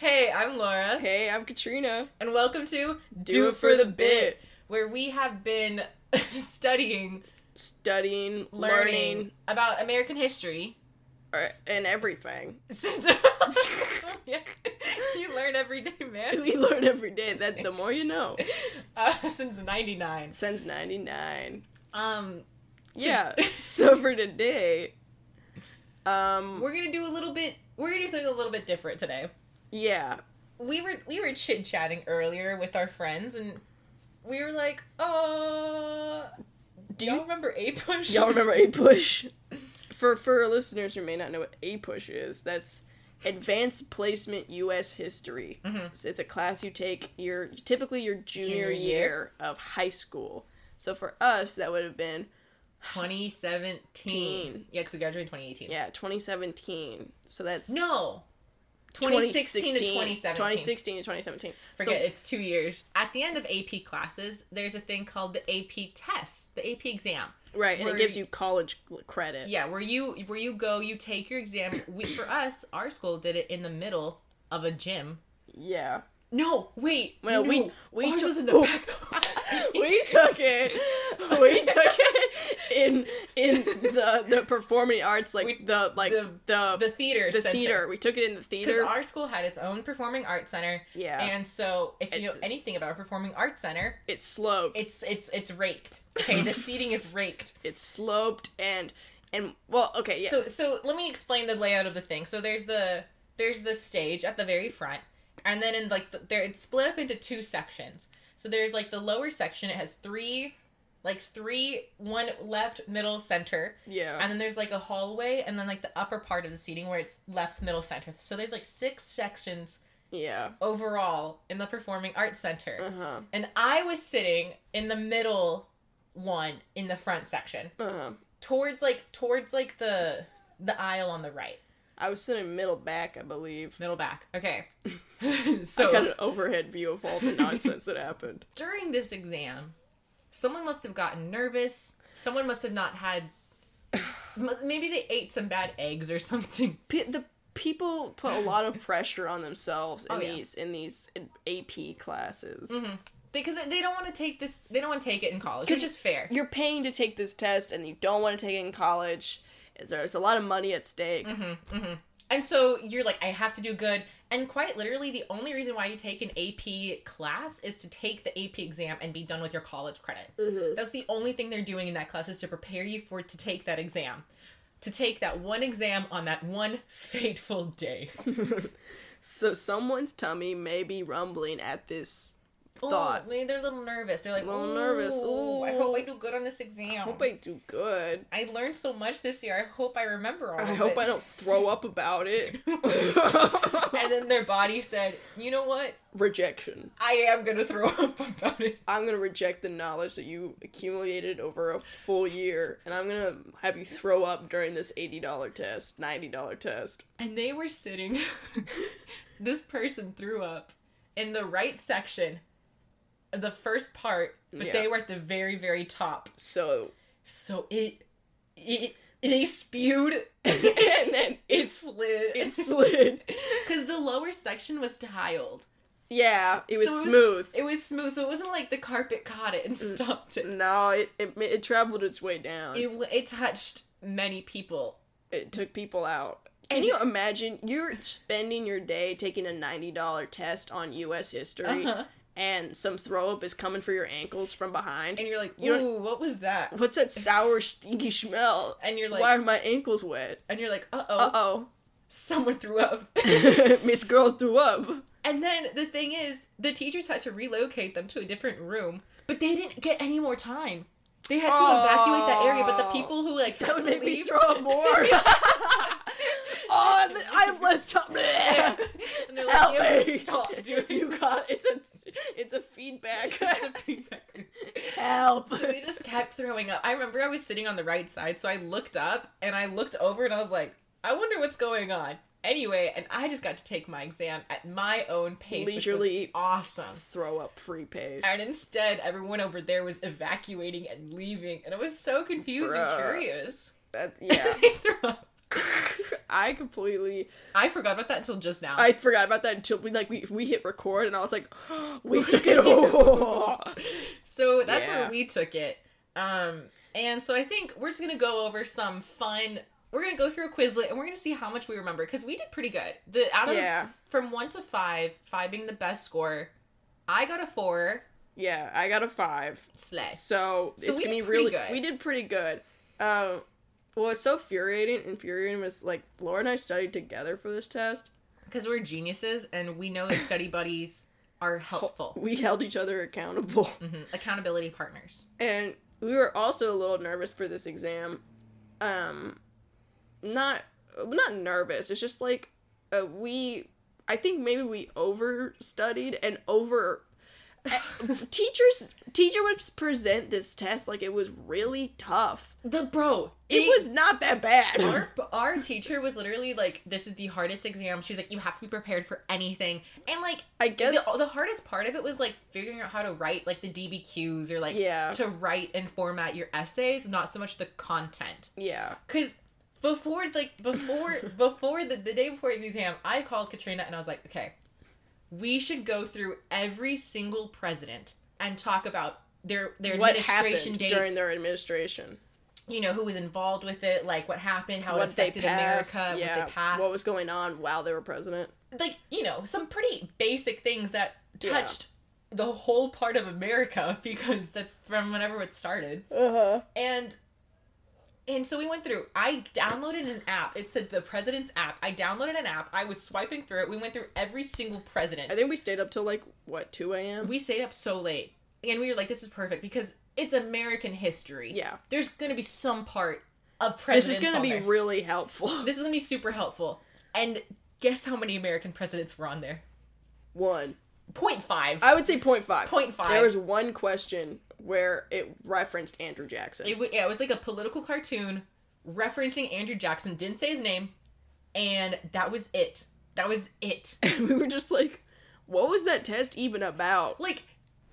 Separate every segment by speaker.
Speaker 1: Hi, I'm Laura,
Speaker 2: Hey, I'm Katrina.
Speaker 1: and welcome to
Speaker 2: Do It For The Bit.
Speaker 1: where we have been studying,
Speaker 2: Studying,
Speaker 1: learning,
Speaker 2: learning,
Speaker 1: about American history
Speaker 2: or, and everything.
Speaker 1: since. yeah, you learn every day, man.
Speaker 2: We learn every day that the more you know.
Speaker 1: Uh, since '99.
Speaker 2: Since 99.
Speaker 1: Um,
Speaker 2: Yeah. so for today, um,
Speaker 1: we're gonna do a little bit. We're gonna do something a little bit different today.
Speaker 2: yeah.
Speaker 1: we were we were chit chatting earlier with our friends, and we were like, "Uh, do
Speaker 2: Do
Speaker 1: y'all
Speaker 2: you-
Speaker 1: remember A Push?
Speaker 2: Y'all remember A Push? For, for our listeners who may not know what A Push is, that's Advanced Placement U.S. History.
Speaker 1: Mhm.
Speaker 2: So it's a class you take your typically your
Speaker 1: Junior
Speaker 2: Mm-hmm. junior,
Speaker 1: year.
Speaker 2: year of high school. So for us, that would have been
Speaker 1: 2017? Yeah, because we graduated in 2018.
Speaker 2: Yeah, 2017. So that's
Speaker 1: No, 2016 to 2017.
Speaker 2: 2016 to 2017.
Speaker 1: Forget it's two years. At the end of AP classes, there's a thing called the AP test, the AP exam.
Speaker 2: So, right, and
Speaker 1: Were
Speaker 2: it gives
Speaker 1: you-
Speaker 2: you college credit.
Speaker 1: Yeah, where you where you go, you take your exam. We, for us, our school did it in the middle of a gym.
Speaker 2: Yeah.
Speaker 1: No, wait,
Speaker 2: Well,
Speaker 1: no,
Speaker 2: we- we
Speaker 1: ours
Speaker 2: took-
Speaker 1: was in the
Speaker 2: oh.
Speaker 1: back.
Speaker 2: we took it. We took it in in the the performing arts like
Speaker 1: We-
Speaker 2: the like
Speaker 1: the-
Speaker 2: the the,
Speaker 1: the theater
Speaker 2: theater.
Speaker 1: center.
Speaker 2: We took it in the
Speaker 1: because
Speaker 2: theater.
Speaker 1: our school had its own performing arts center
Speaker 2: yeah.
Speaker 1: and so if you
Speaker 2: It
Speaker 1: know
Speaker 2: just-
Speaker 1: anything about a performing arts center
Speaker 2: it sloped.
Speaker 1: it's it's it's raked okay the seating is raked
Speaker 2: it sloped and and well, okay, yeah.
Speaker 1: so so let me explain the layout of the thing so there's the there's the stage at the very front and then in like the, there it's split up into two sections so there's like the lower section it has three like three one left middle center
Speaker 2: yeah.
Speaker 1: and then there's like a hallway and then like the upper part of the seating where it's left middle center so there's like six sections
Speaker 2: Yeah.
Speaker 1: overall in the performing arts center
Speaker 2: Uh-huh.
Speaker 1: and I was sitting in the middle one in the front section,
Speaker 2: Uh-huh.
Speaker 1: towards like towards like the the aisle on the right,
Speaker 2: I was sitting middle back, I believe.
Speaker 1: middle back. Okay,
Speaker 2: I got
Speaker 1: so
Speaker 2: an overhead view of all the nonsense that happened.
Speaker 1: during this exam, someone must have gotten nervous. Someone must have not had. must- Maybe they ate some bad eggs or something.
Speaker 2: P- the people put a lot of pressure on themselves in
Speaker 1: Oh, yeah. Mm-hmm.
Speaker 2: these in these AP classes.
Speaker 1: Because they- they don't want to take this, they don't want to take it in college, which is fair.
Speaker 2: You're paying to take this test, and you don't want to take it in college. There's a lot of money at stake.
Speaker 1: Mm-hmm. And so you're like, I have to do good. And quite literally, the only reason why you take an AP class is to take the AP exam and be done with your college credit.
Speaker 2: Mm-hmm.
Speaker 1: That's the only thing they're doing in that class is to prepare you for to take that exam. To take that one exam on that one fateful day.
Speaker 2: So someone's tummy may be rumbling at this. Thought.
Speaker 1: Oh, maybe they're a little nervous. They're like, a
Speaker 2: Little nervous.
Speaker 1: I hope I
Speaker 2: Ooh.
Speaker 1: do good on this exam.
Speaker 2: Hope I do good.
Speaker 1: I learned so much this year. I hope I remember all
Speaker 2: I
Speaker 1: of
Speaker 2: hope I
Speaker 1: it."
Speaker 2: don't throw up about it.
Speaker 1: And then their body said, you know what?
Speaker 2: Rejection.
Speaker 1: I am going to throw up about it.
Speaker 2: I'm gonna reject the knowledge that you accumulated over a full year, and I'm gonna have you throw up during this eighty dollar test, ninety dollar test.
Speaker 1: and they were sitting this person threw up in the right section the first part but
Speaker 2: Yeah.
Speaker 1: they were at the very very top
Speaker 2: So
Speaker 1: so it it they spewed
Speaker 2: and then
Speaker 1: it
Speaker 2: it's
Speaker 1: slid
Speaker 2: it slid.
Speaker 1: because the lower section was tiled
Speaker 2: Yeah, it was
Speaker 1: So it was-
Speaker 2: smooth.
Speaker 1: it was smooth so it wasn't like the carpet caught it and
Speaker 2: Mm.
Speaker 1: stopped it
Speaker 2: No, it, it ma- it traveled its way down.
Speaker 1: it,
Speaker 2: It,
Speaker 1: w- it touched many people
Speaker 2: took people out. Can
Speaker 1: And-
Speaker 2: you imagine? You're spending your day taking a ninety dollar test on U.S. history,
Speaker 1: Uh-huh.
Speaker 2: and some throw up is coming for your ankles from behind.
Speaker 1: and you're like
Speaker 2: You don't-
Speaker 1: ooh what was that
Speaker 2: What's that sour, stinky smell?
Speaker 1: and you're like
Speaker 2: Why are my ankles wet?
Speaker 1: and you're like uh-oh
Speaker 2: Uh oh.
Speaker 1: someone threw up
Speaker 2: Miss Girl threw up.
Speaker 1: And then the thing is, the teachers had to relocate them to a different room, but they didn't get any more time. They had to evacuate that area, but the
Speaker 2: Oh.
Speaker 1: people who like
Speaker 2: That
Speaker 1: had
Speaker 2: would
Speaker 1: to
Speaker 2: make me
Speaker 1: leave,
Speaker 2: throw up more. oh, th- I have less time.
Speaker 1: and they're like, you have to
Speaker 2: me.
Speaker 1: stop doing
Speaker 2: You got it's a it's a feedback.
Speaker 1: it's a feedback.
Speaker 2: Help.
Speaker 1: So they just kept throwing up. I remember I was sitting on the right side, so I looked up and I looked over and I was like, I wonder what's going on. Anyway, and I just got to take my exam at my own pace, which
Speaker 2: Leisurely.
Speaker 1: was awesome.
Speaker 2: throw up free pace.
Speaker 1: And instead, everyone over there was evacuating and leaving, and I was so confused and
Speaker 2: Bruh.
Speaker 1: curious.
Speaker 2: That- yeah.
Speaker 1: They threw up.
Speaker 2: I completely
Speaker 1: I forgot about that until just now.
Speaker 2: I forgot about that until we like we, we hit record and I was like, we took it all.
Speaker 1: so that's
Speaker 2: Yeah.
Speaker 1: where we took it. Um, and so I think we're just gonna go over some fun. We're gonna go through a Quizlet and we're gonna see how much we remember because we did pretty good. The out of
Speaker 2: yeah,
Speaker 1: from one to five, five being the best score, I got a four.
Speaker 2: yeah, I got a five.
Speaker 1: Slay.
Speaker 2: So,
Speaker 1: So
Speaker 2: it's
Speaker 1: we
Speaker 2: gonna be
Speaker 1: did pretty
Speaker 2: really
Speaker 1: good.
Speaker 2: We did pretty good. Um, well, it's so infuriating. Infuriating was like Laura and I studied together for this test.
Speaker 1: Because we're geniuses and we know that study buddies are helpful.
Speaker 2: We held each other accountable,
Speaker 1: hmm Accountability partners.
Speaker 2: and we were also a little nervous for this exam. Um, not not nervous. It's just like uh, we. I think maybe we overstudied and over. eh, teachers teacher would present this test like it was really tough.
Speaker 1: The bro,
Speaker 2: It was not that bad.
Speaker 1: our, our teacher was literally like, "This is the hardest exam." She's like, "You have to be prepared for anything," and like
Speaker 2: I guess
Speaker 1: the, the hardest part of it was like figuring out how to write like the DBQs or like
Speaker 2: Yeah.
Speaker 1: to write and format your essays, not so much the content.
Speaker 2: Yeah.
Speaker 1: Because before like before before the, the day before the exam, I called Katrina and I was like, okay, we should go through every single president and talk about their their
Speaker 2: What
Speaker 1: administration
Speaker 2: happened
Speaker 1: dates,
Speaker 2: during their administration?
Speaker 1: you know, who was involved with it, like what happened, how it
Speaker 2: What they
Speaker 1: affected
Speaker 2: passed?
Speaker 1: America,
Speaker 2: yeah.
Speaker 1: what they passed.
Speaker 2: What was going on while they were president?
Speaker 1: like you know some pretty basic things that
Speaker 2: Yeah.
Speaker 1: touched the whole part of america because that's from whenever it started
Speaker 2: Uh huh.
Speaker 1: and and so we went through i downloaded an app it said the president's app i downloaded an app i was swiping through it we went through every single president
Speaker 2: I think we stayed up till like what two a.m.
Speaker 1: we stayed up so late and we were like this is perfect because it's american history
Speaker 2: yeah.
Speaker 1: there's gonna be some part of
Speaker 2: This
Speaker 1: presidents
Speaker 2: is gonna
Speaker 1: on
Speaker 2: be
Speaker 1: there.
Speaker 2: really helpful.
Speaker 1: this is gonna be super helpful and guess how many american presidents were on there
Speaker 2: One.
Speaker 1: Point five.
Speaker 2: I would say point five.
Speaker 1: 0.5.
Speaker 2: There was one question where it referenced Andrew Jackson.
Speaker 1: It, wa- yeah, it was like a political cartoon referencing Andrew Jackson. Didn't say his name, and that was it. That was it.
Speaker 2: we were just like, what was that test even about?
Speaker 1: Like,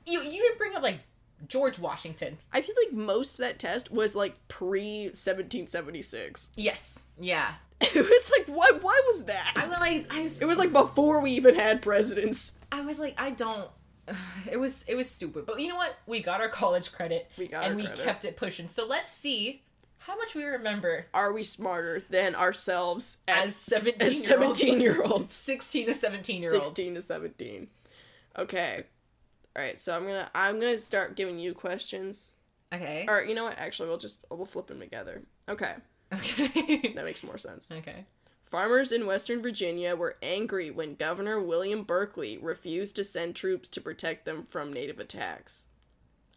Speaker 1: you you didn't bring up like George Washington.
Speaker 2: I feel like most of that test was like pre 1776.
Speaker 1: Yes. Yeah.
Speaker 2: It was like, what? Why was that?
Speaker 1: I was like, I was,
Speaker 2: It was like before we even had presidents.
Speaker 1: I was like, I don't. It was it was stupid, but you know what? We got our college credit,
Speaker 2: We got
Speaker 1: and
Speaker 2: our
Speaker 1: we
Speaker 2: credit.
Speaker 1: kept it pushing. So let's see how much we remember.
Speaker 2: Are we smarter than ourselves
Speaker 1: As 17-year-olds.
Speaker 2: 17 year olds?
Speaker 1: Sixteen to seventeen year olds.
Speaker 2: 16 to 17. Okay. All right, so I'm going to I'm going to start giving you questions.
Speaker 1: Okay.
Speaker 2: Or you know what? Actually, we'll just we'll flip them together. Okay.
Speaker 1: Okay.
Speaker 2: That makes more sense.
Speaker 1: okay.
Speaker 2: Farmers in Western Virginia were angry when Governor William Berkeley refused to send troops to protect them from native attacks.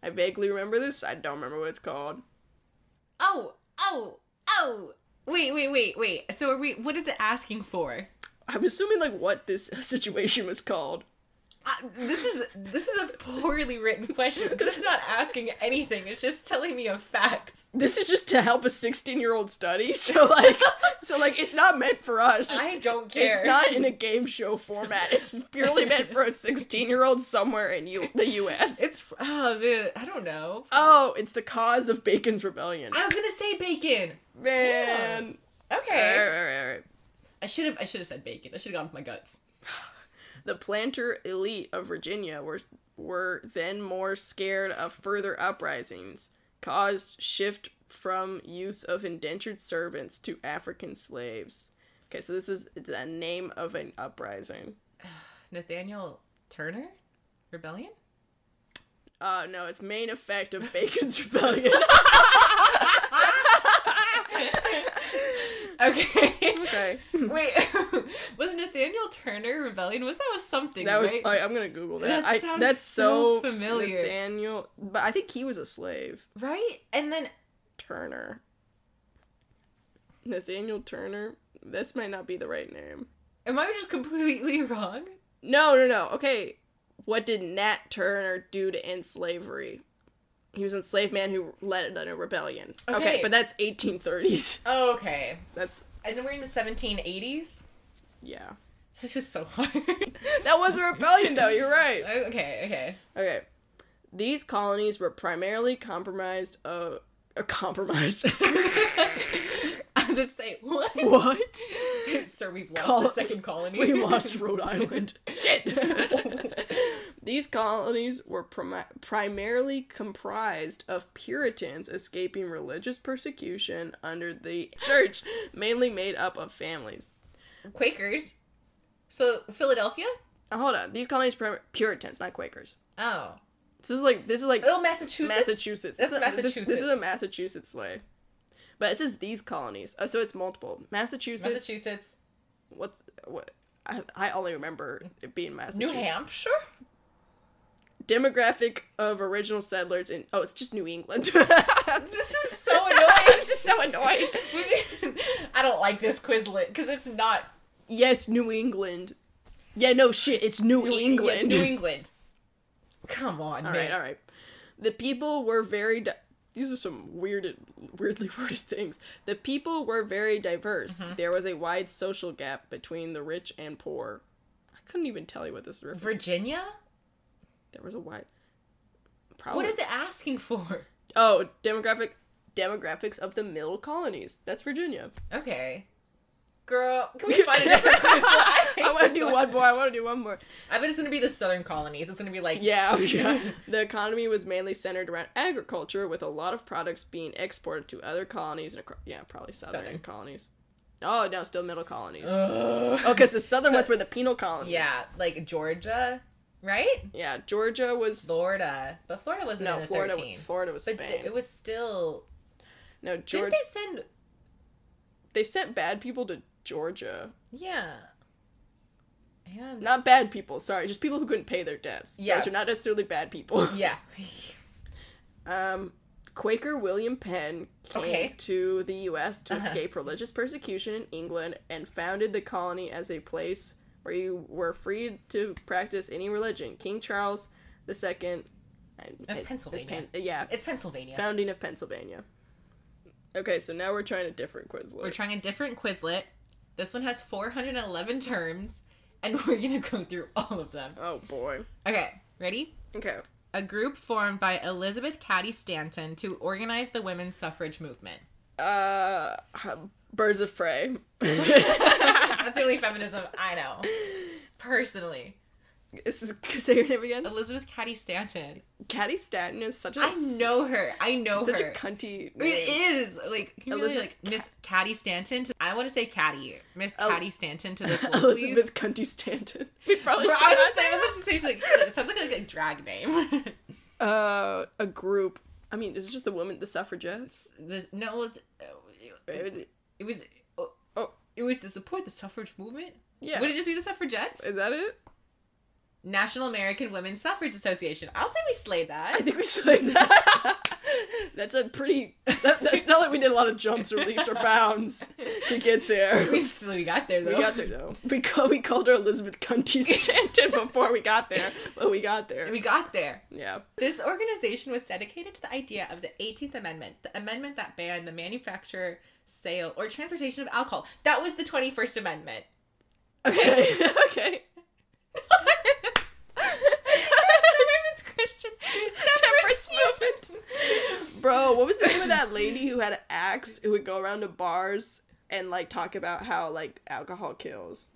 Speaker 2: I vaguely remember this. I don't remember what it's called.
Speaker 1: Oh, oh, oh. Wait, wait, wait, wait. So are we what is it asking for?
Speaker 2: I'm assuming like what this situation was called.
Speaker 1: Uh, this is this is a poorly written question because it's not asking anything. It's just telling me a fact.
Speaker 2: This is just to help a 16-year-old study. So like so like it's not meant for us. It's,
Speaker 1: I don't care.
Speaker 2: it's not in a game show format. It's purely meant for a 16-year-old somewhere in U- the US.
Speaker 1: It's oh man, I don't know.
Speaker 2: oh, it's the cause of Bacon's rebellion.
Speaker 1: I was gonna say bacon.
Speaker 2: Man.
Speaker 1: Okay.
Speaker 2: All right, all right, all right.
Speaker 1: I should have I should have said bacon. I should have gone with my guts.
Speaker 2: The planter elite of Virginia were were then more scared of further uprisings, caused shift from use of indentured servants to African slaves. Okay, so this is the name of an uprising.
Speaker 1: Nathaniel Turner, rebellion.
Speaker 2: Uh no, it's main effect of Bacon's rebellion.
Speaker 1: Ah! Okay.
Speaker 2: okay.
Speaker 1: Wait, was Nathaniel Turner rebellion? Was that was something?
Speaker 2: That was
Speaker 1: right?
Speaker 2: I, I'm gonna Google that.
Speaker 1: That
Speaker 2: I-
Speaker 1: sounds
Speaker 2: that's
Speaker 1: so
Speaker 2: so,
Speaker 1: familiar.
Speaker 2: Nathaniel, but I think he was a slave.
Speaker 1: right. And then
Speaker 2: Turner. Nathaniel Turner. This might not be the right name.
Speaker 1: Am I just completely wrong?
Speaker 2: No, no, no. Okay. What did Nat Turner do to end slavery? He was an slave man who led a rebellion. Okay,
Speaker 1: Okay.
Speaker 2: but that's 1830s.
Speaker 1: okay.
Speaker 2: That's-
Speaker 1: and then we're in the 1780s.
Speaker 2: Yeah.
Speaker 1: This is so hard.
Speaker 2: That was a rebellion, though. You're right.
Speaker 1: okay, okay.
Speaker 2: Okay. These colonies were primarily compromised of. Uh, compromised.
Speaker 1: I was just say what?
Speaker 2: what?
Speaker 1: Sir, we've lost
Speaker 2: Col-
Speaker 1: the second colony.
Speaker 2: we lost Rhode Island.
Speaker 1: Shit.
Speaker 2: These colonies were prim- primarily comprised of Puritans escaping religious persecution under the church, mainly made up of families.
Speaker 1: Quakers. So Philadelphia?
Speaker 2: Now, hold on, these colonies prim- Puritans, not Quakers.
Speaker 1: Oh.
Speaker 2: So this is like this is like
Speaker 1: Oh, Massachusetts.
Speaker 2: Massachusetts.
Speaker 1: That's
Speaker 2: This- this- This,
Speaker 1: Massachusetts.
Speaker 2: is a Massachusetts slave. But it says these colonies, uh, so it's multiple. Massachusetts.
Speaker 1: Massachusetts.
Speaker 2: What's what? I, I only remember it being
Speaker 1: New
Speaker 2: Massachusetts.
Speaker 1: Hampshire?
Speaker 2: demographic of original settlers in oh it's just new england
Speaker 1: This is so annoying.
Speaker 2: this is so annoying
Speaker 1: I don't like this Quizlet because it's not
Speaker 2: yes new england yeah no shit it's new,
Speaker 1: Yes,
Speaker 2: england
Speaker 1: e-, New England. Come on,
Speaker 2: all
Speaker 1: man.
Speaker 2: right all right the people were very di- these are some weird weirdly worded things the people were very diverse
Speaker 1: Mm-hmm.
Speaker 2: there was a wide social gap between the rich and poor i couldn't even tell you what this reference
Speaker 1: Virginia?
Speaker 2: there was a wide probably
Speaker 1: What is it asking for?
Speaker 2: oh demographic demographics of the middle colonies that's virginia
Speaker 1: Okay. Girl, can we find a different Quizlet? I, hate
Speaker 2: I want to
Speaker 1: this
Speaker 2: do one more. I want to do one more.
Speaker 1: I bet it's going to be the southern colonies. It's going to be like,
Speaker 2: Yeah, yeah. the economy was mainly centered around agriculture, with a lot of products being exported to other colonies and acro- yeah, probably southern,
Speaker 1: Southern.
Speaker 2: colonies. Oh no, still middle colonies. Oh,
Speaker 1: Ugh.
Speaker 2: 'cause oh, because the southern ones were the penal colonies.
Speaker 1: Yeah, like Georgia, right?
Speaker 2: yeah. Georgia was
Speaker 1: Florida, but Florida wasn't
Speaker 2: no
Speaker 1: in the
Speaker 2: Florida.
Speaker 1: 13.
Speaker 2: Florida was
Speaker 1: but
Speaker 2: Spain.
Speaker 1: th- it was still.
Speaker 2: no,
Speaker 1: Didn't
Speaker 2: Georgia.
Speaker 1: they send?
Speaker 2: They sent bad people to Georgia.
Speaker 1: Yeah. And
Speaker 2: Not bad people. Sorry, just people who couldn't pay their debts.
Speaker 1: Yeah.
Speaker 2: those are not necessarily bad people.
Speaker 1: yeah,
Speaker 2: Um, Quaker William Penn came
Speaker 1: Okay.
Speaker 2: to the U.S. to
Speaker 1: Uh-huh.
Speaker 2: escape religious persecution in England and founded the colony as a place where you were free to practice any religion. King Charles II. I-
Speaker 1: That's
Speaker 2: it's
Speaker 1: Pennsylvania.
Speaker 2: Pen- yeah,
Speaker 1: it's Pennsylvania.
Speaker 2: founding of Pennsylvania. Okay, so now we're trying a different Quizlet.
Speaker 1: We're trying a different Quizlet. This one has 411 terms, and we're gonna go through all of them.
Speaker 2: oh boy.
Speaker 1: Okay, ready?
Speaker 2: Okay.
Speaker 1: A group formed by Elizabeth Cady Stanton to organize the women's suffrage movement.
Speaker 2: Uh, Birds of Prey.
Speaker 1: That's the only feminism I know, personally.
Speaker 2: this is say your name again.
Speaker 1: Elizabeth Cady Stanton.
Speaker 2: Caddy Staten is such a
Speaker 1: I know her. I know
Speaker 2: such
Speaker 1: her.
Speaker 2: a cunty.
Speaker 1: It
Speaker 2: name.
Speaker 1: is like can you really,
Speaker 2: Elizabeth
Speaker 1: like Miss Caddy Stanton. To, I want to say Caddy, Miss
Speaker 2: El-
Speaker 1: Caddy Stanton to the floor, please.
Speaker 2: Elizabeth Cunty Stanton. We probably
Speaker 1: Bro, I was just saying, I was just saying, she's like, she's like- it sounds like a, like, drag name.
Speaker 2: Uh, a group. I mean, it's just the women, the suffragettes.
Speaker 1: this, no, it was,
Speaker 2: Right?
Speaker 1: it was, oh,
Speaker 2: Oh.
Speaker 1: it was to support the suffrage movement.
Speaker 2: Yeah.
Speaker 1: Would it just be the suffragettes?
Speaker 2: Is that it?
Speaker 1: National American Women's Suffrage Association. I'll say we slayed
Speaker 2: I
Speaker 1: that.
Speaker 2: think we slayed that. that's a pretty. That, that's not like we did a lot of jumps or leaps or bounds to get there.
Speaker 1: We,
Speaker 2: We
Speaker 1: s- we got there though.
Speaker 2: got there though. We call, we called her Elizabeth Cunty Stanton before we got there, but we got there.
Speaker 1: We got there.
Speaker 2: Yeah.
Speaker 1: This organization was dedicated to the idea of the 18th Amendment, the amendment that banned the manufacture, sale, or transportation of alcohol. That was the 21st Amendment.
Speaker 2: Okay. okay.
Speaker 1: the women's Christian temperance movement.
Speaker 2: Bro, what was the name of that lady who had an axe who would go around to bars and like talk about how like alcohol kills?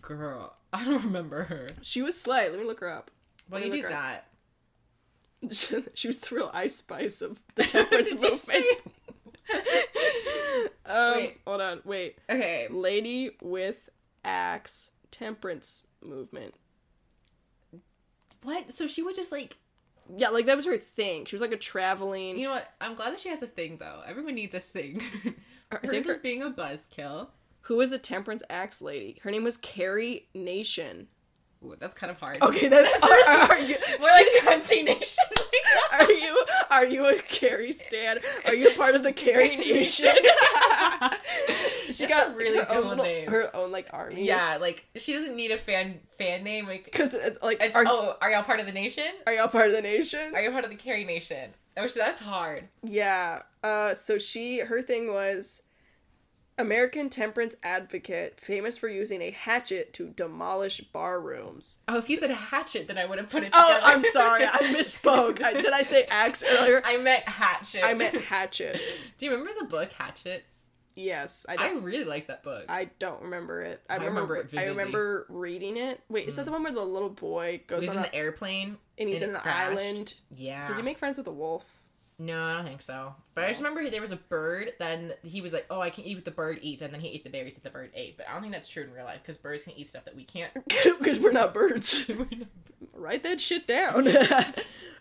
Speaker 1: Girl, I don't remember her.
Speaker 2: She was slay. Let me look her up.
Speaker 1: Well,
Speaker 2: Let
Speaker 1: you
Speaker 2: me
Speaker 1: do
Speaker 2: look her up.
Speaker 1: that.
Speaker 2: she was the real ice spice of the temperance
Speaker 1: Did you
Speaker 2: movement.
Speaker 1: say?
Speaker 2: Um,
Speaker 1: Wait.
Speaker 2: hold on, wait.
Speaker 1: Okay,
Speaker 2: Lady with axe temperance movement.
Speaker 1: what? So she would just like,
Speaker 2: Yeah, like that was her thing. She was like a traveling.
Speaker 1: you know what? I'm glad that she has a thing though. Everyone needs a thing. Hers
Speaker 2: think
Speaker 1: is
Speaker 2: her-
Speaker 1: being a buzzkill.
Speaker 2: who was the temperance axe lady? Her name was Carrie Nation.
Speaker 1: Ooh, that's kind of hard.
Speaker 2: Okay, that's are, are you,
Speaker 1: We're like cunty nation.
Speaker 2: Are you are you a Carrie stan? Are you part of the Carrie Nation?
Speaker 1: She got a really
Speaker 2: her own
Speaker 1: cool
Speaker 2: little-
Speaker 1: name.
Speaker 2: Her own like army.
Speaker 1: yeah, like she doesn't need a fan fan name. Like,
Speaker 2: because it's like
Speaker 1: it's,
Speaker 2: are,
Speaker 1: oh, are y'all part of the nation?
Speaker 2: are y'all part of the nation?
Speaker 1: Are you part of the Carrie Nation? Oh, so that's hard.
Speaker 2: yeah. Uh, so she her thing was American temperance advocate, famous for using a hatchet to demolish bar rooms.
Speaker 1: Oh, if you said hatchet, then I would have put it.
Speaker 2: Oh,
Speaker 1: together.
Speaker 2: I'm sorry, I misspoke. I, did I say axe earlier?
Speaker 1: I meant hatchet.
Speaker 2: I meant hatchet.
Speaker 1: Do you remember the book Hatchet?
Speaker 2: Yes, I
Speaker 1: I
Speaker 2: don't.
Speaker 1: really like that book.
Speaker 2: I, don't remember it. I
Speaker 1: I
Speaker 2: remember.
Speaker 1: remember it
Speaker 2: I
Speaker 1: vividly. Mm.
Speaker 2: remember reading it. Wait, is that the one where the little boy goes
Speaker 1: He's
Speaker 2: on
Speaker 1: in
Speaker 2: a,
Speaker 1: the airplane.
Speaker 2: and he's
Speaker 1: and
Speaker 2: in
Speaker 1: it
Speaker 2: the
Speaker 1: crashed. Ah.
Speaker 2: island?
Speaker 1: Yeah.
Speaker 2: Does he make friends with a wolf?
Speaker 1: No, I don't think so. But I just remember there was a bird. Then he was like, "Oh, I can eat what the bird eats," and then he ate the berries that the bird ate. But I don't think that's true in real life because birds can eat stuff that we can't.
Speaker 2: Because we're not birds. Write that shit down.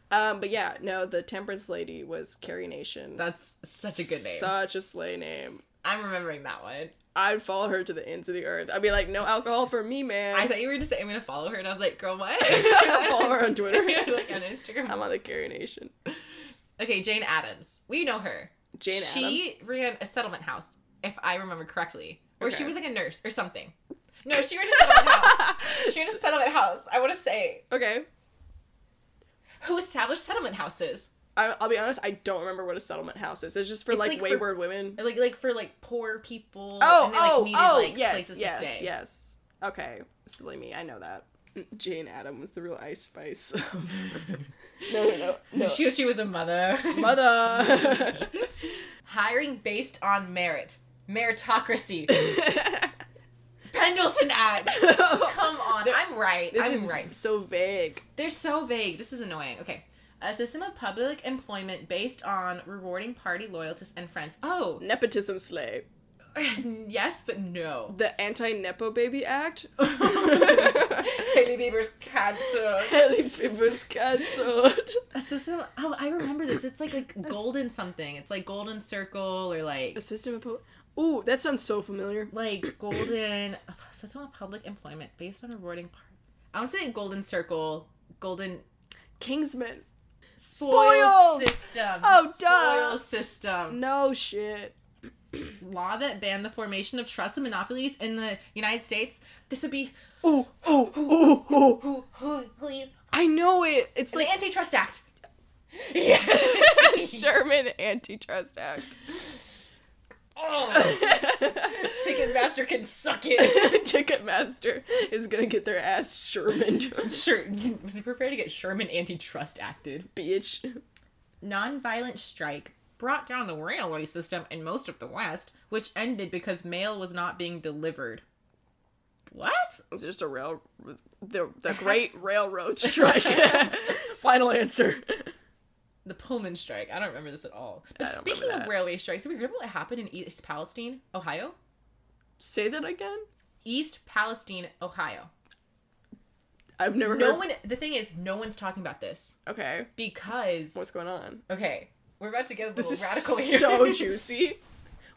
Speaker 2: um, but yeah, no, the temperance lady was Carrie Nation.
Speaker 1: that's such a good name.
Speaker 2: Such a slay name.
Speaker 1: I'm remembering that one.
Speaker 2: I'd follow her to the ends of the earth. I'd be like, no alcohol for me, man.
Speaker 1: I thought you were just saying I'm gonna follow her, and I was like, "Girl, what?"
Speaker 2: I'll follow her on Twitter.
Speaker 1: like on Instagram.
Speaker 2: I'm on the Carrie Nation.
Speaker 1: Okay, Jane Addams. We know her.
Speaker 2: Jane
Speaker 1: she ran a settlement house, if I remember correctly, or she
Speaker 2: Okay.
Speaker 1: was like a nurse or something. No, she ran a settlement house. She ran a
Speaker 2: Adams.
Speaker 1: settlement house. I want to say
Speaker 2: okay.
Speaker 1: who established settlement houses.
Speaker 2: I, I'll be honest, I don't remember what a settlement house is. It's just for
Speaker 1: It's
Speaker 2: like,
Speaker 1: like for-
Speaker 2: wayward women.
Speaker 1: like like for like poor people.
Speaker 2: Oh,
Speaker 1: and they, like,
Speaker 2: oh,
Speaker 1: needed,
Speaker 2: oh,
Speaker 1: like,
Speaker 2: yes,
Speaker 1: places
Speaker 2: yes,
Speaker 1: to stay.
Speaker 2: yes. Okay, silly me, I know that. Jane Adam was the real Ice Spice. no, no, no, no.
Speaker 1: She she was a mother.
Speaker 2: Mother.
Speaker 1: Hiring based on merit, meritocracy, Pendleton Act. Come on, I'm right.
Speaker 2: this
Speaker 1: I'm
Speaker 2: is
Speaker 1: right.
Speaker 2: so vague.
Speaker 1: They're so vague. This is annoying. Okay. A system of public employment based on rewarding party loyalists and friends. Oh,
Speaker 2: Nepotism slay.
Speaker 1: yes, but no.
Speaker 2: The anti nepo baby act.
Speaker 1: Hailey Bieber's cancer.
Speaker 2: Hailey Bieber's cancelled.
Speaker 1: A system. Oh, I remember this. It's like like golden something. It's like golden circle or like
Speaker 2: A system of po- Ooh, that sounds so familiar.
Speaker 1: like golden a system of public employment based on rewarding part. I want to say golden circle, golden
Speaker 2: Kingsman.
Speaker 1: spoil
Speaker 2: Spoils!
Speaker 1: system.
Speaker 2: Oh,
Speaker 1: spoil
Speaker 2: duh.
Speaker 1: system.
Speaker 2: No shit.
Speaker 1: Law that banned the formation of trusts and monopolies in the United States. This would be
Speaker 2: Ooh, ooh, ooh, ooh.
Speaker 1: who who who
Speaker 2: I know it. It's
Speaker 1: the
Speaker 2: like
Speaker 1: Antitrust Act.
Speaker 2: Sherman Antitrust Act.
Speaker 1: oh, Ticketmaster can suck it.
Speaker 2: Ticketmaster is gonna get their ass Shermaned,
Speaker 1: Sure, was prepared to get Sherman antitrust acted.
Speaker 2: bitch.
Speaker 1: Nonviolent strike brought down the railway system in most of the West, which ended because mail was not being delivered. What?
Speaker 2: It's just a rail, the the Great Railroad Strike. Final answer.
Speaker 1: The Pullman strike. I don't remember this at all. But
Speaker 2: I don't
Speaker 1: speaking
Speaker 2: remember
Speaker 1: of
Speaker 2: that.
Speaker 1: railway strikes, have we heard about what happened in East Palestine, Ohio?
Speaker 2: Say that again.
Speaker 1: East Palestine, Ohio.
Speaker 2: I've never
Speaker 1: No
Speaker 2: heard.
Speaker 1: one, the thing is, no one's talking about this
Speaker 2: Okay,
Speaker 1: because.
Speaker 2: what's going on?
Speaker 1: okay, we're about to get a
Speaker 2: This
Speaker 1: little
Speaker 2: is
Speaker 1: radical here.
Speaker 2: so juicy.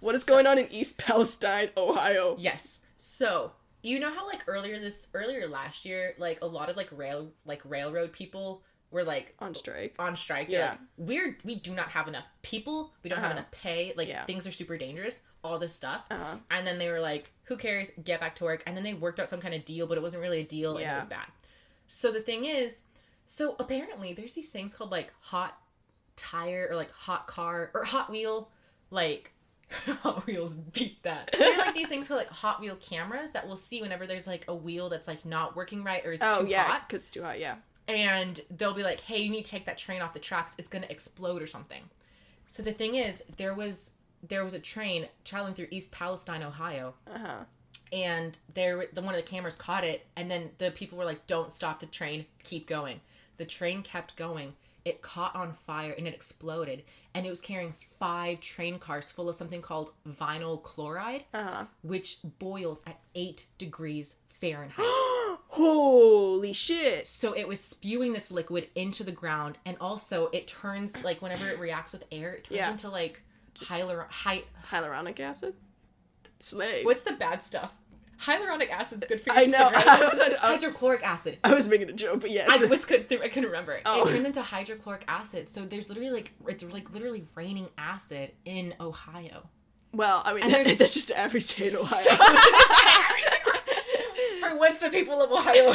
Speaker 2: What is going on in East Palestine, Ohio?
Speaker 1: Yes. So you know how like earlier this earlier last year, like a lot of like rail like railroad people were like
Speaker 2: On strike.
Speaker 1: on strike. They're
Speaker 2: Yeah.
Speaker 1: like, we're we do not have enough people. We don't have
Speaker 2: Uh-huh.
Speaker 1: enough pay. Like
Speaker 2: Yeah.
Speaker 1: things are super dangerous. All this stuff.
Speaker 2: Uh-huh.
Speaker 1: And then they were like, who cares? Get back to work. And then they worked out some kind of deal, but it wasn't really a deal and it
Speaker 2: Yeah.
Speaker 1: was bad. So the thing is, so apparently there's these things called like hot tire or like hot car or hot wheel like Hot Wheels beat that. They're like these things called like Hot Wheel cameras that we'll see whenever there's like a wheel that's like not working right or is
Speaker 2: Oh
Speaker 1: too
Speaker 2: yeah,
Speaker 1: hot,
Speaker 2: it's too hot. Yeah.
Speaker 1: and they'll be like, "Hey, you need to take that train off the tracks. It's gonna explode or something." So the thing is, there was there was a train traveling through East Palestine, Ohio,
Speaker 2: Uh huh.
Speaker 1: and there were- the one of the cameras caught it, and then the people were like, "Don't stop the train. Keep going." The train kept going. It caught on fire and it exploded, and it was carrying five train cars full of something called vinyl chloride
Speaker 2: Uh huh.
Speaker 1: which boils at 8 degrees Fahrenheit.
Speaker 2: Holy shit.
Speaker 1: so it was spewing this liquid into the ground and also it turns like whenever it reacts with air it turns
Speaker 2: Yeah.
Speaker 1: into like hyalur- hy-
Speaker 2: Hyaluronic acid? Slay.
Speaker 1: what's the bad stuff? Hyaluronic acid's good for your
Speaker 2: I
Speaker 1: skin,
Speaker 2: know.
Speaker 1: right?
Speaker 2: I was, I,
Speaker 1: Hydrochloric acid.
Speaker 2: I was making a joke, but yes.
Speaker 1: I was good through, I couldn't remember.
Speaker 2: Oh.
Speaker 1: It turned into hydrochloric acid. So there's literally like it's like literally raining acid in Ohio.
Speaker 2: well, I mean,
Speaker 1: And there's-
Speaker 2: that's just every state in Ohio.
Speaker 1: for once the people of Ohio.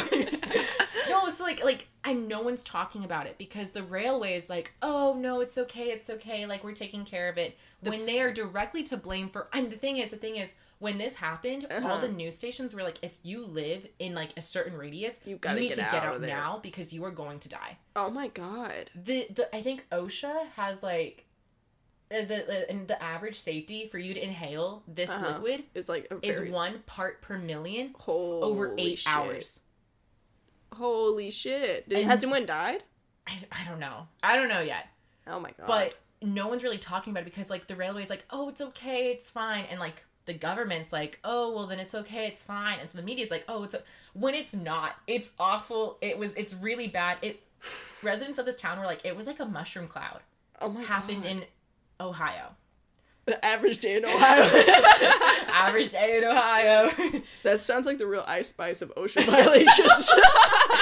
Speaker 1: no, it's like like and no one's talking about it because the railway is like, oh no, it's okay, it's okay, like we're taking care of it. when they are directly to blame for and the thing is, the thing is, when this happened, all
Speaker 2: Uh-huh.
Speaker 1: the news stations were like, if you live in like a certain radius, you,
Speaker 2: gotta
Speaker 1: need
Speaker 2: get
Speaker 1: to
Speaker 2: out
Speaker 1: get
Speaker 2: of
Speaker 1: out
Speaker 2: there."
Speaker 1: now because you are going to die.
Speaker 2: oh my god.
Speaker 1: The the I think OSHA has like uh, the uh, and the average safety for you to inhale this
Speaker 2: Uh-huh.
Speaker 1: liquid
Speaker 2: It's like a
Speaker 1: is
Speaker 2: very-
Speaker 1: one part per million
Speaker 2: Holy
Speaker 1: over eight
Speaker 2: shit.
Speaker 1: hours.
Speaker 2: Holy shit! Did,
Speaker 1: And-
Speaker 2: has anyone died?
Speaker 1: I, I don't know. I don't know yet.
Speaker 2: Oh my god!
Speaker 1: But no one's really talking about it because like the railway's like, oh, it's okay, it's fine, and like the government's like, oh, well then it's okay, it's fine, and so the media's like, oh, it's o-. when it's not, it's awful. It was, it's really bad. It residents of this town were like, it was like a mushroom cloud
Speaker 2: oh my
Speaker 1: happened
Speaker 2: God.
Speaker 1: in Ohio.
Speaker 2: the average day in Ohio.
Speaker 1: Average day in Ohio.
Speaker 2: that sounds like the real Ice Spice of ocean violations.